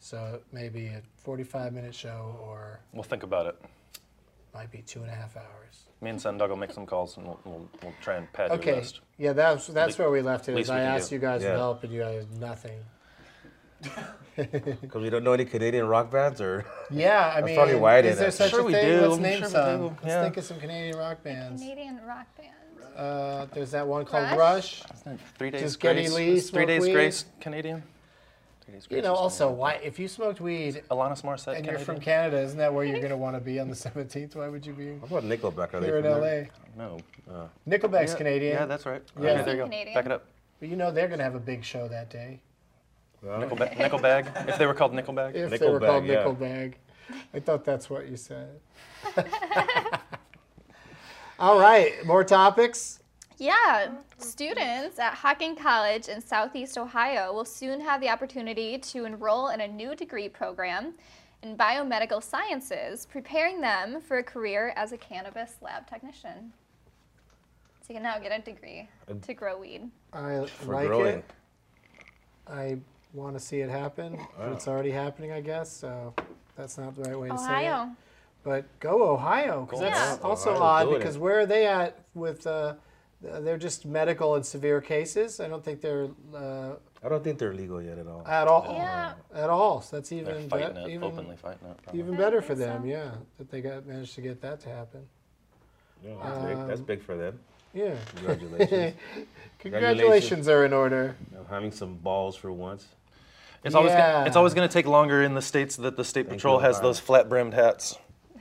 Speaker 1: So maybe a forty-five minute show, or
Speaker 3: We'll think about it.
Speaker 1: might be two and a half hours.
Speaker 3: Me and Sundog will make some calls and we'll, we'll, we'll try and pad your
Speaker 1: Okay.
Speaker 3: list.
Speaker 1: Yeah, that's that's
Speaker 3: Least-
Speaker 1: where we left it. Is
Speaker 3: least we
Speaker 1: I
Speaker 3: can
Speaker 1: asked
Speaker 3: do.
Speaker 1: you guys for
Speaker 2: Yeah.
Speaker 1: help, and you guys nothing.
Speaker 2: Because we don't know any Canadian rock bands or.
Speaker 1: Yeah, I mean,
Speaker 2: probably why I
Speaker 1: is
Speaker 2: did
Speaker 1: there
Speaker 2: it.
Speaker 1: such
Speaker 3: Sure
Speaker 1: a
Speaker 3: we
Speaker 1: thing?
Speaker 3: do.
Speaker 1: Let's
Speaker 3: I'm
Speaker 1: name
Speaker 3: sure we
Speaker 1: some.
Speaker 3: do.
Speaker 1: Let's
Speaker 3: Yeah.
Speaker 1: think of some Canadian rock bands.
Speaker 5: Canadian rock band.
Speaker 1: Uh, there's that one called
Speaker 5: Rush?
Speaker 1: Rush.
Speaker 3: Three days
Speaker 1: Does Geddy
Speaker 3: grace.
Speaker 1: Lee
Speaker 3: is three
Speaker 1: smoke
Speaker 3: days
Speaker 1: weed?
Speaker 3: grace Canadian. Three days grace.
Speaker 1: You know,
Speaker 3: is
Speaker 1: also, why if you smoked weed
Speaker 3: Canadian. Alanis
Speaker 1: and
Speaker 3: Morissette. Canadian.
Speaker 1: you're from Canada, isn't that where you're gonna want to be on the 17th? Why would you be
Speaker 2: What about Nickelback? Are they
Speaker 1: here in
Speaker 2: from there?
Speaker 1: LA?
Speaker 3: No.
Speaker 1: Nickelback's
Speaker 3: Yeah,
Speaker 1: Canadian,
Speaker 3: Yeah, that's right.
Speaker 1: Yeah.
Speaker 3: Okay, there you go.
Speaker 5: Canadian.
Speaker 3: Back it up.
Speaker 1: but you know they're gonna have a big show that day
Speaker 3: Nickel, ba- nickel bag. If they were called nickel bag.
Speaker 1: Oh. if they were
Speaker 2: Nickelback,
Speaker 1: called
Speaker 2: yeah.
Speaker 1: Nickelback. I thought that's what you said. All right, more topics.
Speaker 5: Yeah, students at Hocking College in Southeast Ohio will soon have the opportunity to enroll in a new degree program in biomedical sciences, preparing them for a career as a cannabis lab technician. So you can now get a degree to grow weed.
Speaker 1: I
Speaker 2: for
Speaker 1: like
Speaker 2: growing.
Speaker 1: it. I want to see it happen. But It's already happening, I guess. So that's not the right way to say it.
Speaker 5: Ohio.
Speaker 1: But go Ohio, because that's
Speaker 5: Yeah.
Speaker 1: also
Speaker 2: Ohio's
Speaker 1: odd.
Speaker 2: doing
Speaker 1: Because
Speaker 2: it.
Speaker 1: where are they at with? Uh, they're just medical and severe cases. I don't think they're uh,
Speaker 2: I don't think they're legal yet at all.
Speaker 1: at
Speaker 3: Oh,
Speaker 1: all.
Speaker 5: Yeah.
Speaker 1: At all. So that's
Speaker 3: They're
Speaker 1: even be-
Speaker 3: fighting it,
Speaker 1: even
Speaker 3: openly fighting it. probably.
Speaker 1: even better for
Speaker 5: think
Speaker 1: them.
Speaker 5: so.
Speaker 1: Yeah, that they got managed to get that to happen.
Speaker 2: Yeah, that's, big. that's big for them.
Speaker 1: Yeah.
Speaker 2: Congratulations.
Speaker 1: Congratulations are in order.
Speaker 2: I'm having some balls for once.
Speaker 3: It's always
Speaker 1: Yeah.
Speaker 3: gonna, it's always going to take longer in the states that the state patrol
Speaker 2: you,
Speaker 3: has
Speaker 2: Ohio.
Speaker 3: those flat brimmed hats.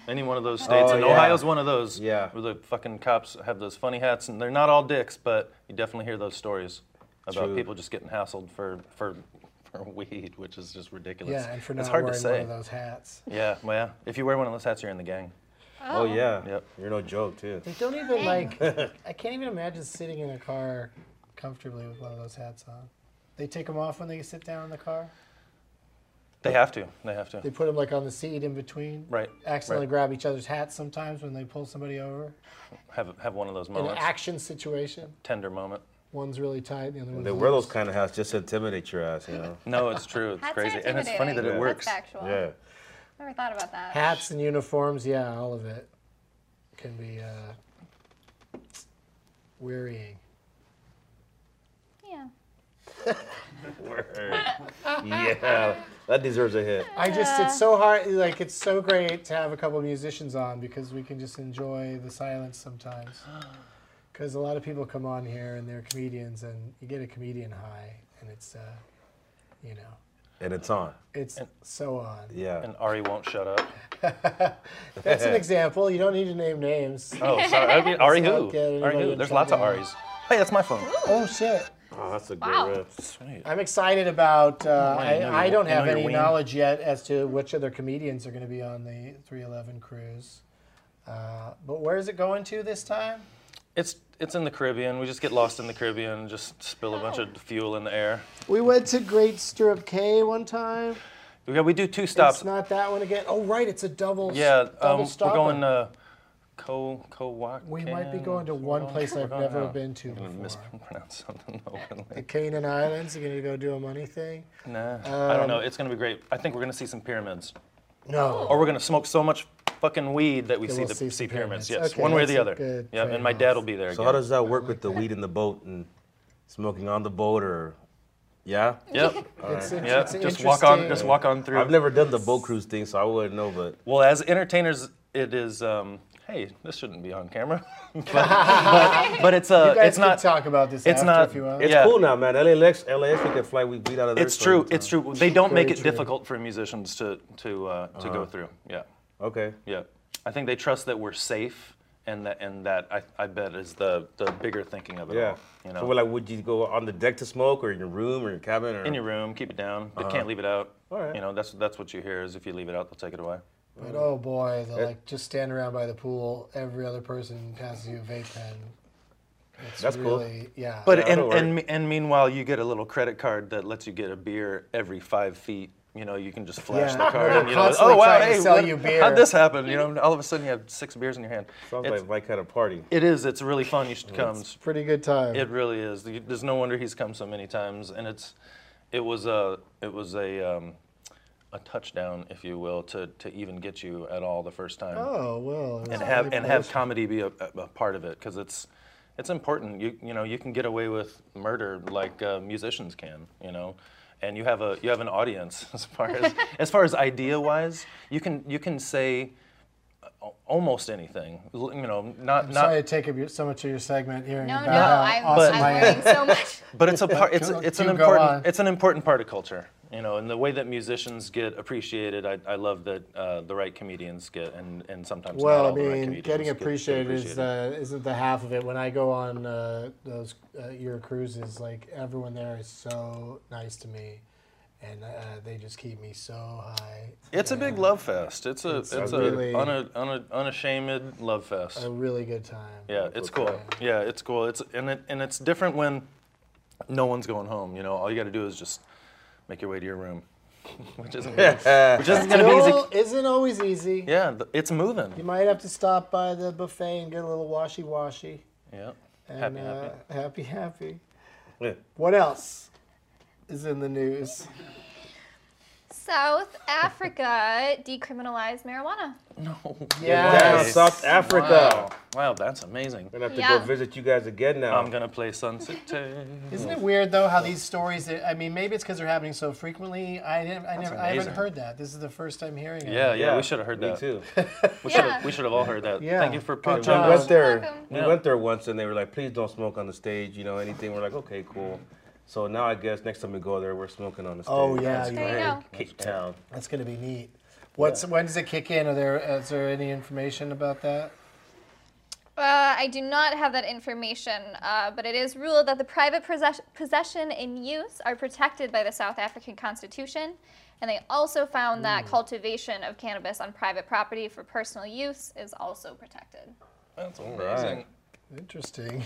Speaker 3: Any one of those states,
Speaker 2: Oh,
Speaker 3: and
Speaker 2: yeah.
Speaker 3: Ohio's one of those.
Speaker 2: Yeah.
Speaker 3: where the fucking cops have those funny hats, and they're not all dicks, but you definitely hear those stories about
Speaker 2: True.
Speaker 3: people just getting hassled for for for weed, which is just ridiculous.
Speaker 1: Yeah, and for
Speaker 3: it's
Speaker 1: not
Speaker 3: hard
Speaker 1: wearing
Speaker 3: to say.
Speaker 1: one of those hats.
Speaker 3: Yeah, well, yeah. If you wear one of those hats, you're in the gang.
Speaker 2: Oh, yeah.
Speaker 3: Yep.
Speaker 2: You're no joke too.
Speaker 1: They don't even like. I can't even imagine sitting in a car comfortably with one of those hats on. They take them off when they sit down in the car.
Speaker 3: They have to. They have to.
Speaker 1: They put them like on the seat in between.
Speaker 3: Right,
Speaker 1: Accidentally
Speaker 3: right.
Speaker 1: grab each other's hats sometimes when they pull somebody over.
Speaker 3: Have have one of those
Speaker 2: Oh,
Speaker 1: In an
Speaker 3: moments.
Speaker 1: action situation,
Speaker 3: Tender moment.
Speaker 1: one's really tight, the other one's.
Speaker 2: They wear those
Speaker 1: loose.
Speaker 2: kind of hats just to intimidate your ass, you know.
Speaker 3: No, it's true. It's
Speaker 5: Hats are
Speaker 3: crazy, and it's funny that
Speaker 5: intimidating.
Speaker 3: it works.
Speaker 5: That's factual.
Speaker 2: Yeah.
Speaker 5: Never thought about that.
Speaker 1: hats and uniforms. Yeah, all of it can be uh, wearying.
Speaker 5: Yeah.
Speaker 2: Word. yeah. That deserves a hit.
Speaker 1: I just it's so hard like it's so great to have a couple of musicians on because we can just enjoy the silence sometimes. Cuz a lot of people come on here and they're comedians and you get a comedian high and it's uh you know,
Speaker 2: And it's on.
Speaker 1: it's so on.
Speaker 2: Yeah.
Speaker 3: And Ari won't shut up.
Speaker 1: That's an example. You don't need to name names.
Speaker 3: Oh, sorry. I mean, Ari
Speaker 1: not
Speaker 3: who?
Speaker 1: get anybody
Speaker 3: Ari who?
Speaker 1: in
Speaker 3: There's lots of
Speaker 1: trouble.
Speaker 3: Aris. Hey, that's my phone.
Speaker 1: Oh shit.
Speaker 2: Oh, that's a good
Speaker 5: Wow.
Speaker 2: riff.
Speaker 3: Sweet.
Speaker 1: I'm excited about uh,
Speaker 3: Wayne, know your-
Speaker 1: I, I don't
Speaker 3: you know
Speaker 1: have
Speaker 3: your
Speaker 1: any
Speaker 3: Wayne.
Speaker 1: knowledge yet as to which other comedians are going to be on the 311 cruise. Uh, but where is it going to this time?
Speaker 3: It's it's in the Caribbean. We just get lost in the Caribbean and just spill a bunch of fuel in the air.
Speaker 1: We went to Great Stirrup Cay one time.
Speaker 3: We got we do two stops.
Speaker 1: It's not that one again. Oh, right, it's a double. s-
Speaker 3: yeah,
Speaker 1: double
Speaker 3: um, we're
Speaker 1: stopper.
Speaker 3: going uh, Ko Ko
Speaker 1: We might be going to one place I've never been to
Speaker 3: I'm gonna
Speaker 1: before.
Speaker 3: mispronounce something
Speaker 1: The
Speaker 3: openly.
Speaker 1: Canaan Islands. You're gonna go do a money thing?
Speaker 3: Nah, I don't
Speaker 1: Um,
Speaker 3: know. It's gonna be great. I think we're gonna see some pyramids,
Speaker 1: No.
Speaker 3: or we're gonna smoke so much fucking weed that we
Speaker 1: That
Speaker 3: see
Speaker 1: we'll
Speaker 3: the
Speaker 1: see
Speaker 3: see,
Speaker 1: some pyramids.
Speaker 3: pyramids. Yes,
Speaker 1: Okay,
Speaker 3: one way or
Speaker 1: that's
Speaker 3: the
Speaker 1: a
Speaker 3: other.
Speaker 1: good
Speaker 3: yeah, and my dad will be there.
Speaker 2: So
Speaker 3: again.
Speaker 2: how does that work with the weed in the boat and smoking on the boat or yeah?
Speaker 3: Yep.
Speaker 1: It's, it's,
Speaker 3: Yeah,
Speaker 1: it's
Speaker 3: just walk on.
Speaker 1: interesting.
Speaker 3: Just walk on through.
Speaker 2: I've never done the boat cruise thing, so I wouldn't know, but
Speaker 3: Well, as entertainers, it is. Um, hey, this shouldn't be on camera, but, but, but it's
Speaker 1: You
Speaker 3: uh,
Speaker 1: guys
Speaker 3: it's not.
Speaker 1: can talk about this.
Speaker 3: it's
Speaker 1: after
Speaker 3: not-
Speaker 1: if you want.
Speaker 2: it's
Speaker 3: Yeah.
Speaker 2: cool now, man. LAX, LAX, we can fly weed out of there.
Speaker 3: It's true. It's true. They don't make
Speaker 1: Very
Speaker 3: it
Speaker 1: true.
Speaker 3: difficult for musicians to to uh, to go through. Yeah,
Speaker 2: Okay.
Speaker 3: yeah. I think they trust that we're safe, and that and that I, I bet is the the bigger thinking of it
Speaker 2: Yeah.
Speaker 3: all. You know,
Speaker 2: So, like, would you go on the deck to smoke, or in your room, or your cabin, or
Speaker 3: in your room, keep it down. They can't leave it out.
Speaker 2: All right.
Speaker 3: You know, that's that's what you hear is if you leave it out, they'll take it away.
Speaker 1: But oh boy, the, like just standing around by the pool, every other person passes you a vape pen. It's
Speaker 2: That's cool.
Speaker 1: really, Yeah.
Speaker 3: But
Speaker 2: Yeah,
Speaker 3: and,
Speaker 2: that'll
Speaker 3: and and meanwhile, you get a little credit card that lets you get a beer every five feet. You know, you can just flash
Speaker 1: Yeah,
Speaker 3: the card,
Speaker 1: they're
Speaker 3: and you know,
Speaker 1: constantly
Speaker 3: oh wow,
Speaker 1: trying to
Speaker 3: hey,
Speaker 1: sell
Speaker 3: what-
Speaker 1: you beer."
Speaker 3: how'd this happen? You know, all of a sudden you have six beers in your hand.
Speaker 2: sounds
Speaker 3: It's-
Speaker 2: like like at a party.
Speaker 3: it is. It's really fun. You should come.
Speaker 1: pretty good time.
Speaker 3: It really is. You- There's no wonder he's come so many times, and it's, it was a, it was a, um, a touchdown, if you will, to to even get you at all the first time
Speaker 1: oh well.
Speaker 3: and have and have comedy be a, a- a part of it because it's it's important. You you know you can get away with murder like uh, musicians can. You know, and you have a you have an audience as far as as far as idea wise. You can you can say a- almost anything. L- You know, not not.
Speaker 1: Sorry to take up your, so much of your segment hearing
Speaker 5: No,
Speaker 1: about
Speaker 5: no,
Speaker 1: how
Speaker 5: I'm,
Speaker 1: awesome
Speaker 5: I'm
Speaker 1: I am.
Speaker 5: learning so much.
Speaker 3: But it's a part. It's
Speaker 1: Go-
Speaker 3: it's
Speaker 1: do
Speaker 3: an
Speaker 1: go on.
Speaker 3: important. It's an important part of culture, you know. And the way that musicians get appreciated, I, I love that uh, the right comedians get, and and sometimes not
Speaker 1: Well,
Speaker 3: all
Speaker 1: I
Speaker 3: the right
Speaker 1: mean,
Speaker 3: comedians
Speaker 1: getting
Speaker 3: get- get
Speaker 1: appreciated, is
Speaker 3: appreciated.
Speaker 1: uh, isn't the half of it. When I go on uh, those uh, your cruises, like everyone there is so nice to me, and uh, they just keep me so high.
Speaker 3: It's a big love fest. It's a it's, a,
Speaker 1: really-
Speaker 3: una, una, unashamed love fest.
Speaker 1: A really good time.
Speaker 3: Yeah, it's cool. Yeah, it's cool. It's and it and it's different when no one's going home. You know, all you got to do is just make your way to your room, which isn't gonna,
Speaker 2: Uh,
Speaker 3: which isn't gonna be easy.
Speaker 1: Still isn't always easy.
Speaker 3: Yeah, th- it's
Speaker 1: You
Speaker 3: moving.
Speaker 1: might have to stop by the buffet and get a little washy washy.
Speaker 3: Yeah.
Speaker 1: And
Speaker 3: Happy, happy.
Speaker 1: Uh, happy happy.
Speaker 2: Yeah.
Speaker 1: What else is in the news?
Speaker 5: South Africa decriminalized marijuana.
Speaker 2: Down
Speaker 1: Yes.
Speaker 2: South Africa.
Speaker 3: Wow. Um, Wow, that's amazing.
Speaker 2: I'm gonna have to
Speaker 5: Yeah.
Speaker 2: go visit you guys again now.
Speaker 3: I'm gonna play Sunset Day.
Speaker 1: Isn't it weird though how these stories? that- I mean, maybe it's because they're happening so frequently. I didn't. I never. I haven't
Speaker 3: amazing.
Speaker 1: heard that. This is the first time hearing it.
Speaker 3: Yeah, yeah, we should have heard
Speaker 2: me
Speaker 3: that.
Speaker 2: too.
Speaker 3: We
Speaker 5: Yeah.
Speaker 3: should have we should have all heard that.
Speaker 1: Yeah.
Speaker 3: Thank you for
Speaker 1: Good
Speaker 3: pointing
Speaker 2: We
Speaker 1: job.
Speaker 3: that out.
Speaker 2: went there.
Speaker 5: welcome.
Speaker 2: We
Speaker 3: Yeah.
Speaker 2: went there once, and they were like, "Please don't smoke on the stage." You know, anything. We're like, "Okay, cool." So now I guess next time we go there, we're smoking on the stage.
Speaker 1: Oh yeah, you're
Speaker 5: There
Speaker 1: right.
Speaker 5: you go.
Speaker 2: Cape Town.
Speaker 1: That's gonna be neat. What's when does it kick in? Are there is there any information about that?
Speaker 5: Uh, I do not have that information, uh, but it is ruled that the private possess- possession and use are protected by the South African Constitution. And they also found that
Speaker 1: Hmm.
Speaker 5: cultivation of cannabis on private property for personal use is also protected.
Speaker 3: That's amazing.
Speaker 2: Right.
Speaker 1: Interesting.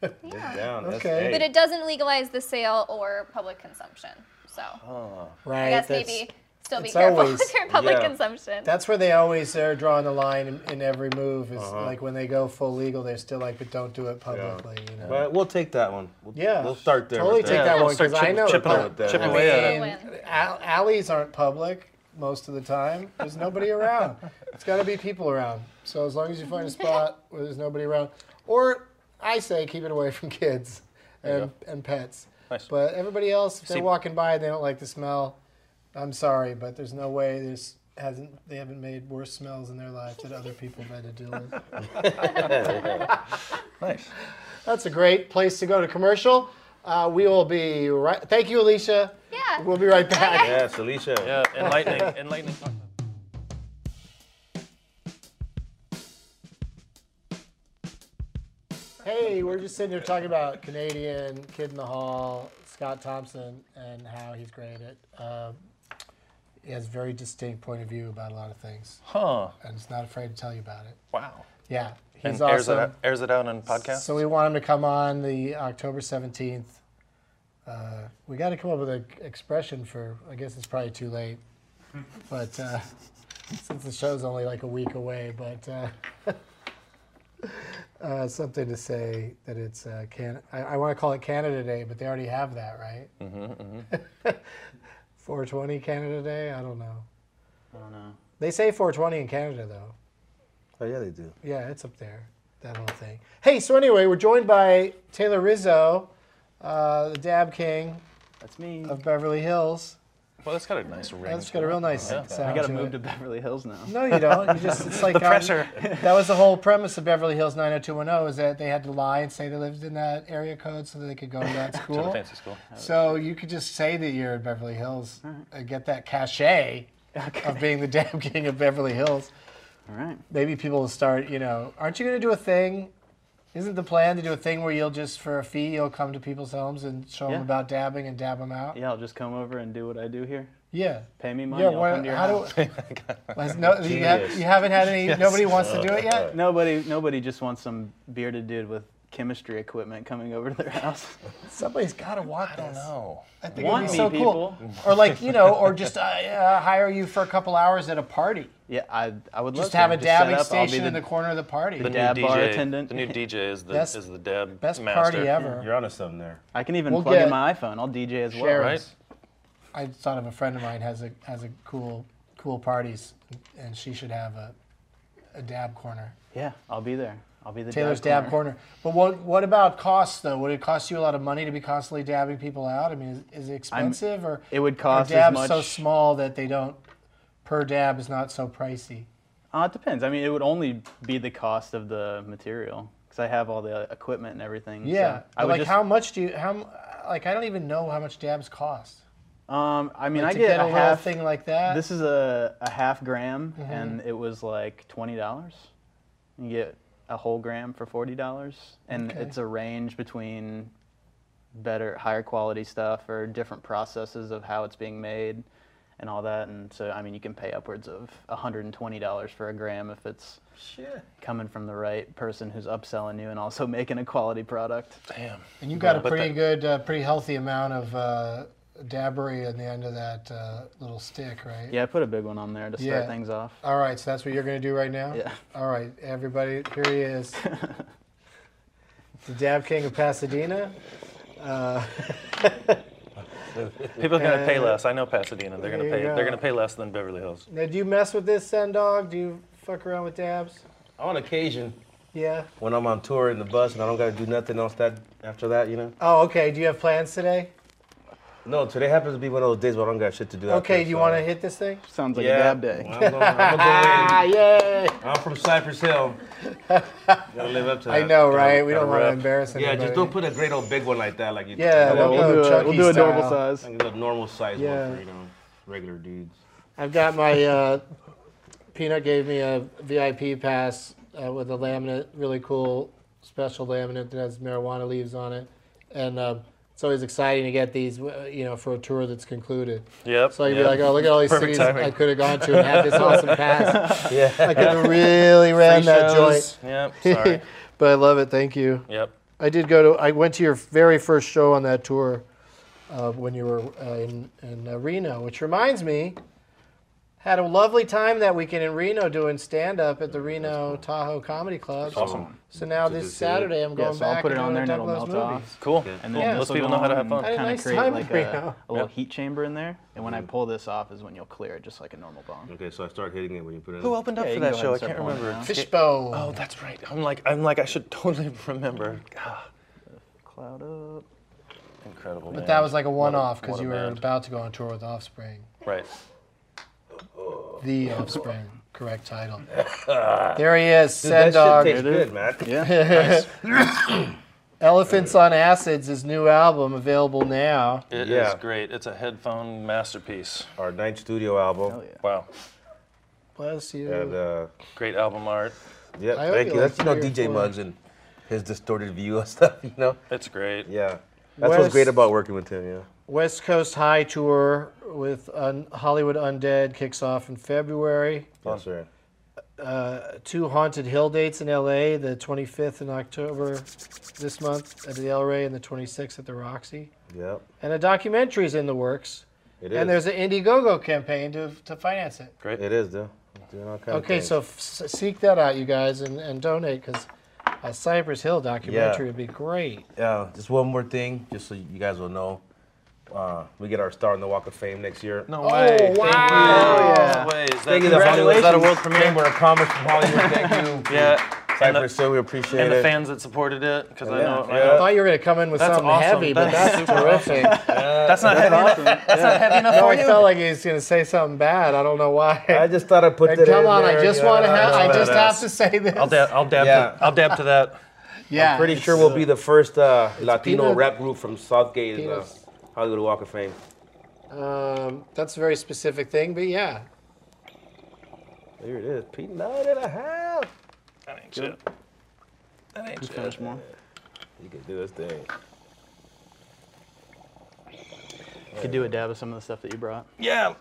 Speaker 2: Cape Town. that's-
Speaker 1: Okay.
Speaker 2: hey,
Speaker 5: But it doesn't legalize the sale or public consumption. So
Speaker 1: Right.
Speaker 5: I guess
Speaker 1: Oh. that's,
Speaker 5: maybe still be
Speaker 1: it's
Speaker 5: careful
Speaker 1: always-
Speaker 5: with your public
Speaker 2: yeah.
Speaker 5: consumption.
Speaker 1: That's where they always are drawing the line in, in every move. Is
Speaker 3: Uh-huh.
Speaker 1: like when they go full legal, they're still like, but don't do it
Speaker 2: yeah.
Speaker 1: publicly. You know.
Speaker 2: But we'll take that one. We'll,
Speaker 1: Yeah.
Speaker 2: We'll start there.
Speaker 1: Totally
Speaker 2: with
Speaker 1: take
Speaker 2: that.
Speaker 1: that
Speaker 3: Yeah,
Speaker 1: one
Speaker 3: start
Speaker 1: because I
Speaker 3: chip-
Speaker 1: know
Speaker 3: chipping
Speaker 1: pub-
Speaker 2: at
Speaker 1: I
Speaker 2: that. Chipping
Speaker 3: away at
Speaker 5: it.
Speaker 1: mean, al- alleys aren't public most of the time. There's nobody around. It's got to be people around. So as long as you find a spot where there's nobody around, or I say keep it away from kids and, and pets.
Speaker 3: Nice.
Speaker 1: But everybody else, if they're
Speaker 3: See-
Speaker 1: walking by and they don't like the smell, I'm sorry, but there's no way there's hasn't they haven't made worse smells in their life that other people have had to deal with.
Speaker 3: Nice.
Speaker 1: That's a great place to go to commercial. Uh, we will be right. Thank you, Alicia.
Speaker 5: Yeah.
Speaker 1: We'll be right back.
Speaker 2: Yes, Alicia.
Speaker 3: Yeah, enlightening, enlightening.
Speaker 1: Hey, we're just sitting here talking about Canadian Kid in the Hall, Scott Thompson, and how he's great at. Um, he has a very distinct point of view about a lot of things,
Speaker 3: Huh.
Speaker 1: and he's not afraid to tell you about it.
Speaker 3: Wow.
Speaker 1: Yeah, he's
Speaker 3: And airs, it
Speaker 1: awesome.
Speaker 3: out, airs it out on podcast.
Speaker 1: So we want him to come on the October seventeenth. Uh, we got to come up with an expression for. I guess it's probably too late, but uh, since the show's only like a week away, but uh, uh, something to say that it's uh, can. I, I want to call it Canada Day, but they already have that, right? Mm-hmm, 420 Canada Day. I don't know.
Speaker 6: I don't know.
Speaker 1: They say 420 in Canada though.
Speaker 2: Oh yeah, they do.
Speaker 1: Yeah, it's up there, that whole thing. Hey, so anyway, we're joined by Taylor Rizzo, uh, the dab king
Speaker 6: That's me.
Speaker 1: of Beverly Hills.
Speaker 3: well, that's got a nice ring.
Speaker 1: That's got a real nice
Speaker 3: Yeah.
Speaker 1: sound.
Speaker 6: I gotta
Speaker 1: to
Speaker 6: move to
Speaker 1: it.
Speaker 6: Beverly Hills now.
Speaker 1: No, you don't. You just it's like
Speaker 3: The
Speaker 1: um,
Speaker 3: pressure.
Speaker 1: that was the whole premise of Beverly Hills 90210 is that they had to lie and say they lived in that area code so that they could go to that
Speaker 3: To the
Speaker 1: school.
Speaker 3: fancy school.
Speaker 1: so you could just say that you're in Beverly Hills and get that cachet of being the dab king of Beverly Hills.
Speaker 6: All right.
Speaker 1: maybe people will start, you know, aren't you going to do a thing? Isn't the plan to do a thing where you'll just, for a fee, you'll come to people's homes and show
Speaker 6: Yeah.
Speaker 1: them about dabbing and dab them out?
Speaker 6: Yeah, I'll just come over and do what I do here.
Speaker 1: Yeah.
Speaker 6: Pay me money.
Speaker 1: Yeah,
Speaker 6: I'll
Speaker 1: why,
Speaker 6: come to your
Speaker 1: how
Speaker 6: house.
Speaker 1: do Let's- no, you, have,
Speaker 2: Genius.
Speaker 1: you haven't had any, nobody wants to do it yet?
Speaker 6: Nobody, nobody just wants some bearded dude with chemistry equipment coming over to their house.
Speaker 1: Somebody's got to want this.
Speaker 3: No.
Speaker 1: I think
Speaker 6: Want
Speaker 1: it'd be
Speaker 6: me,
Speaker 1: so
Speaker 6: people.
Speaker 1: cool. Or like, you know, or just uh, uh, hire you for a couple hours at a party.
Speaker 6: Yeah, I, I would love
Speaker 1: Just
Speaker 6: to.
Speaker 1: have a
Speaker 6: set
Speaker 1: dabbing
Speaker 6: up, I'll be
Speaker 1: station in the corner of the party.
Speaker 6: the dab bar attendant.
Speaker 3: The new DJ is the
Speaker 1: Best-
Speaker 3: is the dab
Speaker 1: Best
Speaker 3: master.
Speaker 1: party ever.
Speaker 2: You're onto something there.
Speaker 6: I can even
Speaker 1: We'll
Speaker 6: plug
Speaker 1: get
Speaker 6: in my iPhone. I'll DJ as well.
Speaker 1: Sharon.
Speaker 3: Right?
Speaker 1: I thought of a friend of mine has a has a cool cool parties, and she should have a a dab corner.
Speaker 6: Yeah, I'll be there. I'll be the
Speaker 1: Taylor's dab,
Speaker 6: corner.
Speaker 1: corner. But what what about costs though? Would it cost you a lot of money to be constantly dabbing people out? I mean, is, is it expensive or
Speaker 6: it would
Speaker 1: are
Speaker 6: cost as
Speaker 1: dabs so
Speaker 6: much-
Speaker 1: small that they don't per dab is not so pricey?
Speaker 6: Uh, it depends. I mean, it would only be the cost of the material because I have all the equipment and everything.
Speaker 1: Yeah,
Speaker 6: so I
Speaker 1: but
Speaker 6: would
Speaker 1: like
Speaker 6: just,
Speaker 1: how much do you how m- like I don't even know how much dabs cost.
Speaker 6: Um, I mean,
Speaker 1: Like,
Speaker 6: I
Speaker 1: to
Speaker 6: get,
Speaker 1: get a
Speaker 6: a
Speaker 1: little
Speaker 6: half
Speaker 1: thing like that.
Speaker 6: This is a, a half gram,
Speaker 1: Mm-hmm.
Speaker 6: and it was like twenty dollars. You get a whole gram for forty dollars, and it's a range between better, higher quality stuff or different processes of how it's being made and all that. And so, I mean, you can pay upwards of $120 for a gram if it's
Speaker 3: Shit.
Speaker 6: coming from the right person who's upselling you and also making a quality product.
Speaker 3: Damn.
Speaker 1: And you got a
Speaker 3: but
Speaker 1: pretty
Speaker 3: that-
Speaker 1: good, uh, pretty healthy amount of uh, dabbery in the end of that uh, little stick, right?
Speaker 6: Yeah, I put a big one on there to start
Speaker 1: Yeah.
Speaker 6: things off.
Speaker 1: All right, so that's what you're going to do right now?
Speaker 6: Yeah.
Speaker 1: All right, everybody, here he is. the Dab King of Pasadena.
Speaker 3: People are gonna pay less. I know Pasadena. They're gonna
Speaker 1: There you
Speaker 3: pay.
Speaker 1: go.
Speaker 3: They're gonna pay less than Beverly Hills.
Speaker 1: Now, do you mess with this, Send Dog? Do you fuck around with dabs?
Speaker 2: On occasion,
Speaker 1: Yeah.
Speaker 2: when I'm on tour in the bus and I don't gotta do nothing else that after that, you know.
Speaker 1: Oh, okay. Do you have plans today?
Speaker 2: No, today happens to be one of those days where I don't got shit to do. out
Speaker 1: Okay,
Speaker 2: there,
Speaker 1: do you
Speaker 2: so-
Speaker 1: want to hit this thing?
Speaker 6: Sounds like
Speaker 2: Yeah.
Speaker 6: a dab day.
Speaker 2: I'm, going, I'm, gonna
Speaker 1: Ah, yay!
Speaker 2: go in. I'm from Cypress Hill. Gotta live up to that.
Speaker 1: I know,
Speaker 2: Gotta-
Speaker 1: right? We
Speaker 2: gotta
Speaker 1: don't want to
Speaker 2: rep.
Speaker 1: embarrass
Speaker 2: Yeah,
Speaker 1: anybody.
Speaker 2: just don't put a great old big one like that, like you.
Speaker 1: Yeah,
Speaker 2: like a
Speaker 1: we'll
Speaker 2: little-
Speaker 1: go
Speaker 6: We'll do, a,
Speaker 1: Chucky
Speaker 6: we'll do a normal
Speaker 1: style.
Speaker 6: size.
Speaker 2: like a little normal size
Speaker 1: Yeah.
Speaker 2: one for you know regular dudes.
Speaker 1: I've got my uh, Peanut gave me a VIP pass uh, with a laminate, really cool special laminate that has marijuana leaves on it, and um, it's always exciting to get these, uh, you know, for a tour that's concluded.
Speaker 3: Yep.
Speaker 1: So you'd
Speaker 3: yep.
Speaker 1: be like, oh, look at all these
Speaker 3: Perfect
Speaker 1: cities
Speaker 3: timing.
Speaker 1: I could have gone to and had this awesome pass.
Speaker 2: Yeah.
Speaker 1: I could have really ran that joint.
Speaker 3: Yep. Sorry.
Speaker 1: but I love it. Thank you.
Speaker 3: yep.
Speaker 1: I did go to. I went to your very first show on that tour uh, when you were uh, in in uh, Reno, which reminds me, had a lovely time that weekend in Reno doing stand up at the Reno Tahoe Comedy Club.
Speaker 2: awesome.
Speaker 1: So now
Speaker 2: Did you
Speaker 1: this
Speaker 2: see it?
Speaker 1: Saturday I'm going
Speaker 6: yeah, so
Speaker 1: back
Speaker 6: I'll put it
Speaker 1: and
Speaker 6: on there
Speaker 1: doing
Speaker 6: and
Speaker 1: a
Speaker 6: it'll
Speaker 1: couple
Speaker 6: melt
Speaker 1: of those movies.
Speaker 6: off.
Speaker 3: Cool.
Speaker 2: Yeah.
Speaker 6: And
Speaker 1: Yeah.
Speaker 6: then this
Speaker 3: Most
Speaker 6: will
Speaker 3: people
Speaker 6: go
Speaker 3: know how to
Speaker 6: on
Speaker 3: have fun.
Speaker 6: and
Speaker 1: I had a
Speaker 6: kinda
Speaker 1: nice
Speaker 6: create
Speaker 1: time
Speaker 6: like
Speaker 1: right
Speaker 6: a,
Speaker 1: now.
Speaker 6: a little heat chamber in there. And when I pull this off is when you'll clear it just like a normal bong.
Speaker 2: Okay, so I start hitting it when you put it.
Speaker 3: Who
Speaker 2: in.
Speaker 3: opened up
Speaker 6: Yeah, you
Speaker 3: for
Speaker 6: can
Speaker 3: that show?
Speaker 6: go ahead
Speaker 3: I
Speaker 6: and
Speaker 3: can't
Speaker 6: start pulling it
Speaker 3: remember.
Speaker 6: now.
Speaker 1: Fishbone.
Speaker 3: Oh, that's right. I'm like, I'm like, I should totally remember. God.
Speaker 6: Cloud up.
Speaker 3: Incredible.
Speaker 1: but that was like a one-off because
Speaker 3: what a
Speaker 1: you were
Speaker 3: band.
Speaker 1: about to go on tour with Offspring.
Speaker 3: right.
Speaker 1: The Offspring, correct title. there he is,
Speaker 2: Dude, that
Speaker 1: Send
Speaker 2: shit
Speaker 1: Dog.
Speaker 2: tastes good, man.
Speaker 6: Yeah.
Speaker 1: Elephants on Acids, his new album, available now.
Speaker 3: It is
Speaker 2: Yeah.
Speaker 3: great. It's a headphone masterpiece.
Speaker 2: Our ninth studio album.
Speaker 6: Hell yeah.
Speaker 3: Wow.
Speaker 1: Bless you.
Speaker 2: And uh,
Speaker 3: Great album art.
Speaker 2: yeah,
Speaker 1: I hope
Speaker 2: thank
Speaker 1: you
Speaker 2: you.
Speaker 1: like
Speaker 2: That's you know
Speaker 1: three or
Speaker 2: DJ
Speaker 1: four.
Speaker 2: Muggs and his distorted view of stuff. You know.
Speaker 3: It's great.
Speaker 2: Yeah. That's
Speaker 1: Wes-
Speaker 2: what's great about working with him. Yeah.
Speaker 1: West Coast High Tour with un- Hollywood Undead kicks off in February. Uh,
Speaker 2: Yes, sir.
Speaker 1: Two Haunted Hill dates in LA, the 25th in October this month at the El Rey and the 26th at the Roxy.
Speaker 2: Yep.
Speaker 1: And a documentary's in the works.
Speaker 2: It is.
Speaker 1: And there's an Indiegogo campaign to, to finance it.
Speaker 3: Great.
Speaker 2: It is, dude. Doing all kinds of
Speaker 1: Okay,
Speaker 2: things.
Speaker 1: so f- s- seek that out, you guys, and, and donate because a Cypress Hill documentary would be great.
Speaker 2: Yeah, just one more thing, just so you guys will know. Uh, we get our star on the Walk of Fame next year.
Speaker 3: No way. Thank
Speaker 1: wow.
Speaker 3: you.
Speaker 1: Yeah.
Speaker 3: Way. Oh, Is
Speaker 2: Thank you to
Speaker 3: that,
Speaker 2: Hollywood.
Speaker 3: is that a world
Speaker 2: Chamber
Speaker 3: premiere?
Speaker 2: of Commerce from Hollywood. Thank you.
Speaker 3: Yeah. And
Speaker 2: Cypress
Speaker 3: the,
Speaker 2: Hill, we appreciate
Speaker 3: and the
Speaker 2: it.
Speaker 3: fans that supported it, because I
Speaker 2: Yeah.
Speaker 3: know. I
Speaker 2: Yeah.
Speaker 1: I
Speaker 3: know.
Speaker 1: thought you were going to come in with
Speaker 3: That's
Speaker 1: something
Speaker 3: awesome.
Speaker 1: heavy, but
Speaker 3: That's
Speaker 1: that's terrific.
Speaker 3: That's not heavy enough. That's not heavy enough
Speaker 1: No,
Speaker 3: for
Speaker 1: I
Speaker 3: you.
Speaker 1: felt like he was gonna say something bad. I don't know why.
Speaker 2: I just thought I'd put
Speaker 1: And
Speaker 2: that
Speaker 1: come
Speaker 2: in
Speaker 1: on,
Speaker 2: there,
Speaker 1: I just
Speaker 2: yeah,
Speaker 1: want to have. I
Speaker 2: know.
Speaker 1: just
Speaker 3: badass.
Speaker 1: have to say this.
Speaker 3: I'll dab. I'll dab.
Speaker 2: Yeah.
Speaker 3: To, I'll dab to that.
Speaker 1: yeah,
Speaker 2: Pretty
Speaker 1: it's-
Speaker 2: sure we'll be the first uh, Latino
Speaker 1: peanut-
Speaker 2: rap group from Southgate in the
Speaker 1: peanuts.
Speaker 2: Hollywood Walk of Fame.
Speaker 1: Um, that's a very specific thing, but yeah,
Speaker 2: There it is. Peanut and a half.
Speaker 3: That ain't shit. That ain't shit.
Speaker 6: Finish more.
Speaker 2: You can do this thing.
Speaker 6: You could do a dab of some of the stuff that you brought.
Speaker 3: Yeah.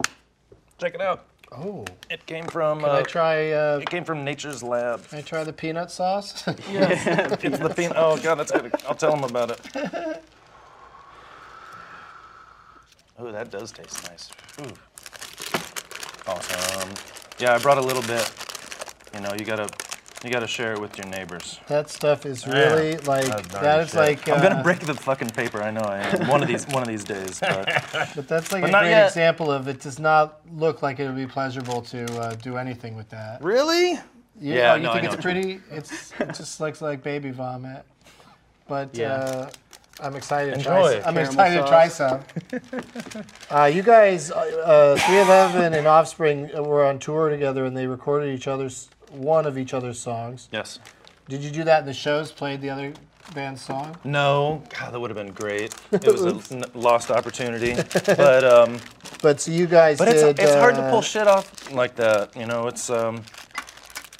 Speaker 3: Check it out.
Speaker 1: Oh,
Speaker 3: It came from.
Speaker 1: can
Speaker 3: uh,
Speaker 1: I try? Uh,
Speaker 3: It came from Nature's Lab.
Speaker 1: can I try the peanut sauce?
Speaker 3: It's the peanut. Oh god, that's good. I'll tell him about it. Oh, that does taste nice. Ooh. Awesome. Yeah, I brought a little bit. You know, you gotta, you gotta share it with your neighbors.
Speaker 1: that stuff is really like
Speaker 2: that's gnarly
Speaker 1: that is
Speaker 2: shit.
Speaker 1: like. Uh,
Speaker 3: I'm gonna break the fucking paper. I know I am. One of these, one of these days. But
Speaker 1: But that's like
Speaker 3: but
Speaker 1: a
Speaker 3: not
Speaker 1: great
Speaker 3: yet.
Speaker 1: example of it does not look like it would be pleasurable to uh, do anything with that.
Speaker 3: really?
Speaker 1: You,
Speaker 3: Yeah,
Speaker 1: oh, you
Speaker 3: no, I
Speaker 1: think
Speaker 3: know
Speaker 1: it's
Speaker 3: what you
Speaker 1: pretty? It's it just looks like baby vomit. But
Speaker 6: Yeah.
Speaker 1: uh, I'm excited. To
Speaker 3: Enjoy.
Speaker 1: try, I'm
Speaker 6: Caramel
Speaker 1: excited to try some. uh, you guys, uh, uh, 311 and Offspring uh, were on tour together, and they recorded each other's one of each other's songs.
Speaker 3: Yes.
Speaker 1: Did you do that in the shows? Played the other band's song?
Speaker 3: No. God, that would have been great. It was a n- lost opportunity. But um,
Speaker 1: But so you guys
Speaker 3: but it's
Speaker 1: did.
Speaker 3: it's hard to
Speaker 1: uh,
Speaker 3: pull shit off like that. You know, it's um,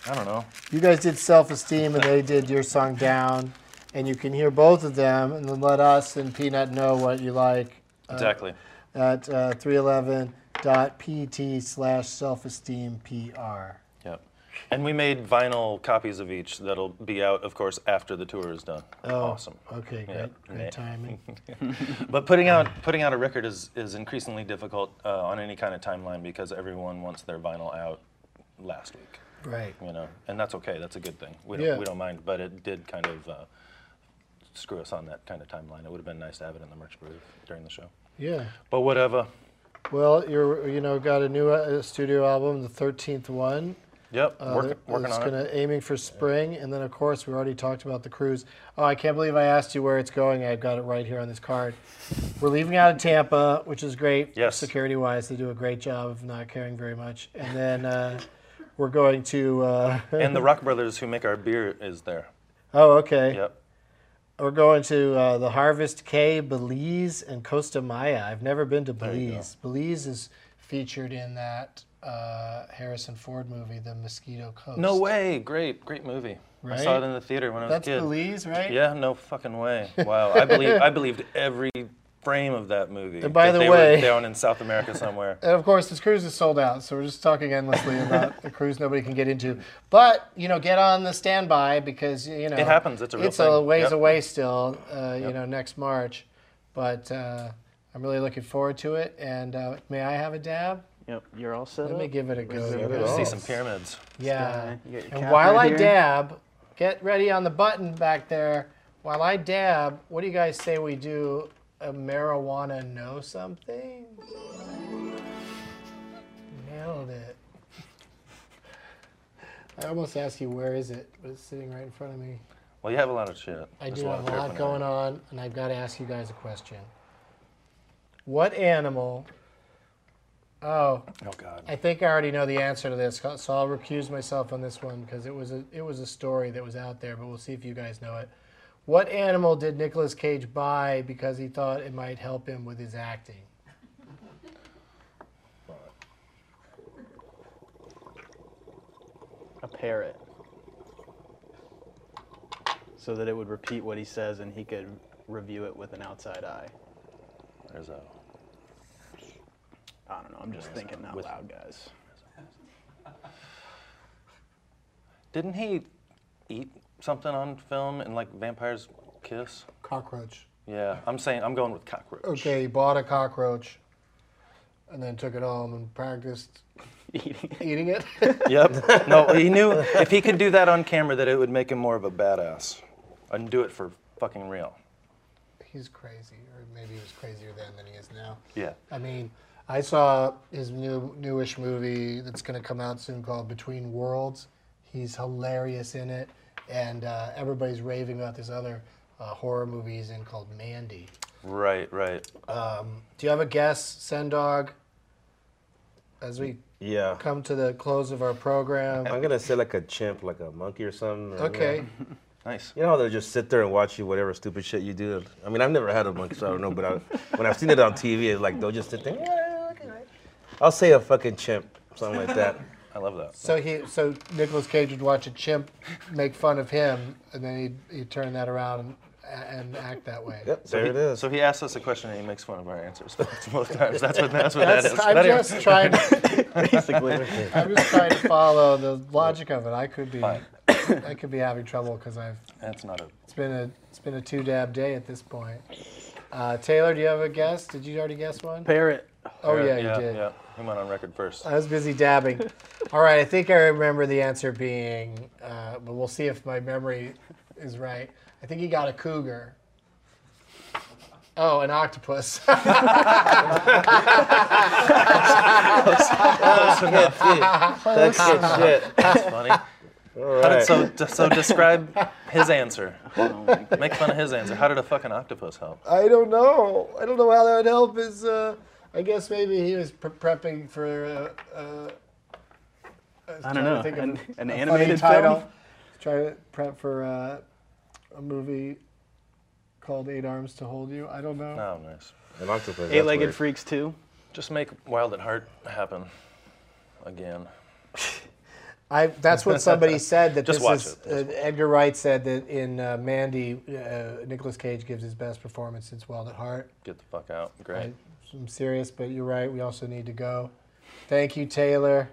Speaker 3: I don't know.
Speaker 1: You guys did Self Esteem, and they did your song Down. and you can hear both of them, and then let us and Peanut know what you like
Speaker 3: Exactly.
Speaker 1: at uh, 311.pt slash self-esteem PR.
Speaker 3: Yep. And we made vinyl copies of each that'll be out, of course, after the tour is done. Awesome.
Speaker 1: Oh, Okay, great,
Speaker 3: Yeah. Yeah.
Speaker 1: great timing.
Speaker 3: But putting out putting out a record is, is increasingly difficult uh, on any kind of timeline because everyone wants their vinyl out last week.
Speaker 1: Right.
Speaker 3: You know, and that's okay. That's a good thing. We don't
Speaker 1: Yeah.
Speaker 3: we don't mind. But it did kind of uh, screw us on that kind of timeline. It would have been nice to have it in the merch booth during the show.
Speaker 1: Yeah.
Speaker 3: But whatever.
Speaker 1: Well, you're you know got a new uh, studio album, the 13th one.
Speaker 3: Yep.
Speaker 1: Uh,
Speaker 3: working
Speaker 1: that-
Speaker 3: working
Speaker 1: that's
Speaker 3: on it.
Speaker 1: gonna aiming for spring, and then of course we already talked about the cruise. Oh, I can't believe I asked you where it's going. I've got it right here on this card. We're leaving out of Tampa, which is great.
Speaker 3: Yes.
Speaker 1: Security wise, they do a great job of not caring very much. And then uh, we're going to. Uh,
Speaker 3: And the Rock Brothers who make our beer is there.
Speaker 1: oh, okay.
Speaker 3: Yep.
Speaker 1: We're going to uh, the Harvest K, Belize, and Costa Maya. I've never been to Belize. Belize is featured in that uh, Harrison Ford movie, The Mosquito Coast.
Speaker 3: No way. Great, great movie. I saw
Speaker 1: Right?
Speaker 3: it in the theater when I was
Speaker 1: That's
Speaker 3: a kid.
Speaker 1: Belize, right?
Speaker 3: Yeah, no fucking way. Wow. I believe I believed every frame of that movie. And
Speaker 1: by the
Speaker 3: they
Speaker 1: way-
Speaker 3: were down in South America somewhere.
Speaker 1: And of course, this cruise is sold out, so we're just talking endlessly about a cruise nobody can get into. But you know, get on the standby because you know
Speaker 3: It happens. It's a real
Speaker 1: it's a
Speaker 3: thing.
Speaker 1: ways
Speaker 3: Yep.
Speaker 1: away still. Uh, You know, next March, but uh, I'm really looking forward to it. And uh, may I have a dab?
Speaker 6: Yep, you're all set.
Speaker 1: Let me
Speaker 6: up?
Speaker 1: give it a go.
Speaker 6: it
Speaker 1: you
Speaker 6: at
Speaker 1: guys.
Speaker 6: all.
Speaker 3: See some pyramids.
Speaker 1: Yeah.
Speaker 6: You got your
Speaker 1: And
Speaker 6: cap
Speaker 1: while
Speaker 6: right
Speaker 1: I
Speaker 6: here.
Speaker 1: dab, get ready on the button back there. While I dab, what do you guys say we do? A marijuana know something? Nailed it. I almost asked you where is it, but it's sitting right in front of me.
Speaker 3: Well, you have a lot of shit.
Speaker 1: I
Speaker 3: There's
Speaker 1: do have a
Speaker 3: crap
Speaker 1: lot
Speaker 3: in
Speaker 1: going
Speaker 3: there.
Speaker 1: on, and I've got to ask you guys a question. What animal? Oh,
Speaker 3: Oh God.
Speaker 1: I think I already know the answer to this, so I'll recuse myself on this one because it was a it was a story that was out there, but we'll see if you guys know it. What animal did Nicolas Cage buy because he thought it might help him with his acting?
Speaker 6: a parrot so that it would repeat what he says and he could review it with an outside eye.
Speaker 3: There's a.
Speaker 6: I don't know. I'm just thinking out loud, guys.
Speaker 3: Didn't he eat something on film in like Vampires Kiss?
Speaker 1: Cockroach.
Speaker 3: Yeah, I'm saying I'm going with cockroach.
Speaker 1: Okay, he bought a cockroach, and then took it home and practiced eating it.
Speaker 3: Yep. No, he knew if he could do that on camera, that it would make him more of a badass. And do it for fucking real.
Speaker 1: He's crazy, or maybe he was crazier then than he is now.
Speaker 3: Yeah.
Speaker 1: I mean, I saw his new newish movie that's going to come out soon called Between Worlds. He's hilarious in it, and uh, everybody's raving about this other uh, horror movie he's in called Mandy.
Speaker 3: Right, right.
Speaker 1: Do you have a guess, Sendog? As we
Speaker 2: Yeah.
Speaker 1: come to the close of our program,
Speaker 2: I'm gonna say like a chimp, like a monkey or something. or, you know.
Speaker 1: okay.
Speaker 3: Nice.
Speaker 2: You know how they'll just sit there and watch you whatever stupid shit you do. I mean, I've never had a monkey, so I don't know. But I, when I've seen it on TV, it's like they'll just sit there. "Yeah, okay, right." I'll say a fucking chimp, something like that.
Speaker 3: I love that.
Speaker 1: So he, so Nicolas Cage would watch a chimp make fun of him, and then he'd, he'd turn that around and, and act that way.
Speaker 2: Yep, there
Speaker 3: he,
Speaker 2: it is.
Speaker 3: So he asks us a question and he makes fun of our answers both times. That's what that's what
Speaker 1: That's,
Speaker 3: that is.
Speaker 1: I'm
Speaker 3: That is-
Speaker 1: just trying.
Speaker 6: Basically,
Speaker 1: I'm just trying to follow the logic of it. I could be, I could be having trouble because I've
Speaker 3: that's not a.
Speaker 1: it's been a it's been a two dab day at this point. Uh, Taylor, do you have a guess? Did you already guess one?
Speaker 6: parrot.
Speaker 1: Oh yeah,
Speaker 3: yeah,
Speaker 1: you did.
Speaker 3: yeah. He went on record first.
Speaker 1: I was busy dabbing. All right, I think I remember the answer being, uh, but we'll see if my memory is right. I think he got a cougar. Oh, an octopus.
Speaker 2: That's good shit.
Speaker 3: That's funny.
Speaker 2: All
Speaker 3: How did-
Speaker 2: right.
Speaker 3: so so describe his answer.
Speaker 6: Oh my God.
Speaker 3: Make fun of his answer. How did a fucking octopus help?
Speaker 1: I don't know. I don't know how that would help. Is uh, I guess maybe he was pre- prepping for. Uh, uh,
Speaker 6: I don't
Speaker 1: trying to
Speaker 6: know.
Speaker 1: think of
Speaker 6: An, an
Speaker 1: a
Speaker 6: animated
Speaker 1: funny title.
Speaker 6: Film?
Speaker 1: Try to prep for uh, a movie called Eight Arms to Hold You. I don't know.
Speaker 3: Oh, nice.
Speaker 2: An octopus. that's
Speaker 6: Eight-legged
Speaker 2: weird.
Speaker 6: freaks too.
Speaker 3: Just make Wild at Heart happen again.
Speaker 1: I, that's what somebody said that
Speaker 3: Just
Speaker 1: this
Speaker 3: watch
Speaker 1: is,
Speaker 3: it. Just
Speaker 1: uh, Edgar Wright said that in uh, Mandy, uh, Nicolas Cage gives his best performance since Wild at Heart.
Speaker 3: Get the fuck out. Great.
Speaker 1: I'm serious, but you're right. We also need to go. Thank you, Taylor.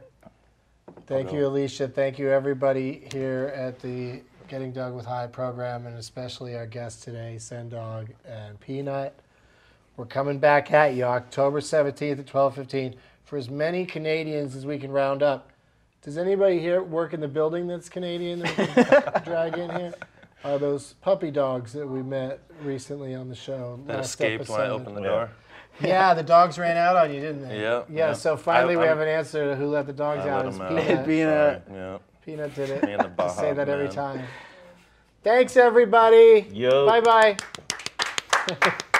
Speaker 1: Thank you, Alicia. Thank you, everybody here at the Getting Dog with High program, and especially our guests today, Sendog and Peanut. We're coming back at you October 17th at 12:15 for as many Canadians as we can round up. Does anybody here work in the building that's Canadian that we can drag in here? Are those puppy dogs that we met recently on the show?
Speaker 3: That
Speaker 1: last
Speaker 3: escaped when I
Speaker 1: episode?
Speaker 3: opened the door.
Speaker 1: Yeah, the dogs ran out on you, didn't they?
Speaker 3: Yeah,
Speaker 1: Yeah,
Speaker 3: yeah.
Speaker 1: so finally
Speaker 3: I-
Speaker 1: we
Speaker 3: I'm-
Speaker 1: have an answer to who let the dogs
Speaker 3: I
Speaker 1: out.
Speaker 3: let
Speaker 1: It's
Speaker 3: 'em out.
Speaker 1: Peanut.
Speaker 6: Being
Speaker 3: Sorry.
Speaker 6: a
Speaker 3: Yeah.
Speaker 1: Peanut did it.
Speaker 3: Me and the
Speaker 1: I say
Speaker 3: Baja
Speaker 1: that every
Speaker 3: Man.
Speaker 1: time. Thanks, everybody.
Speaker 2: Yo.
Speaker 1: Bye bye.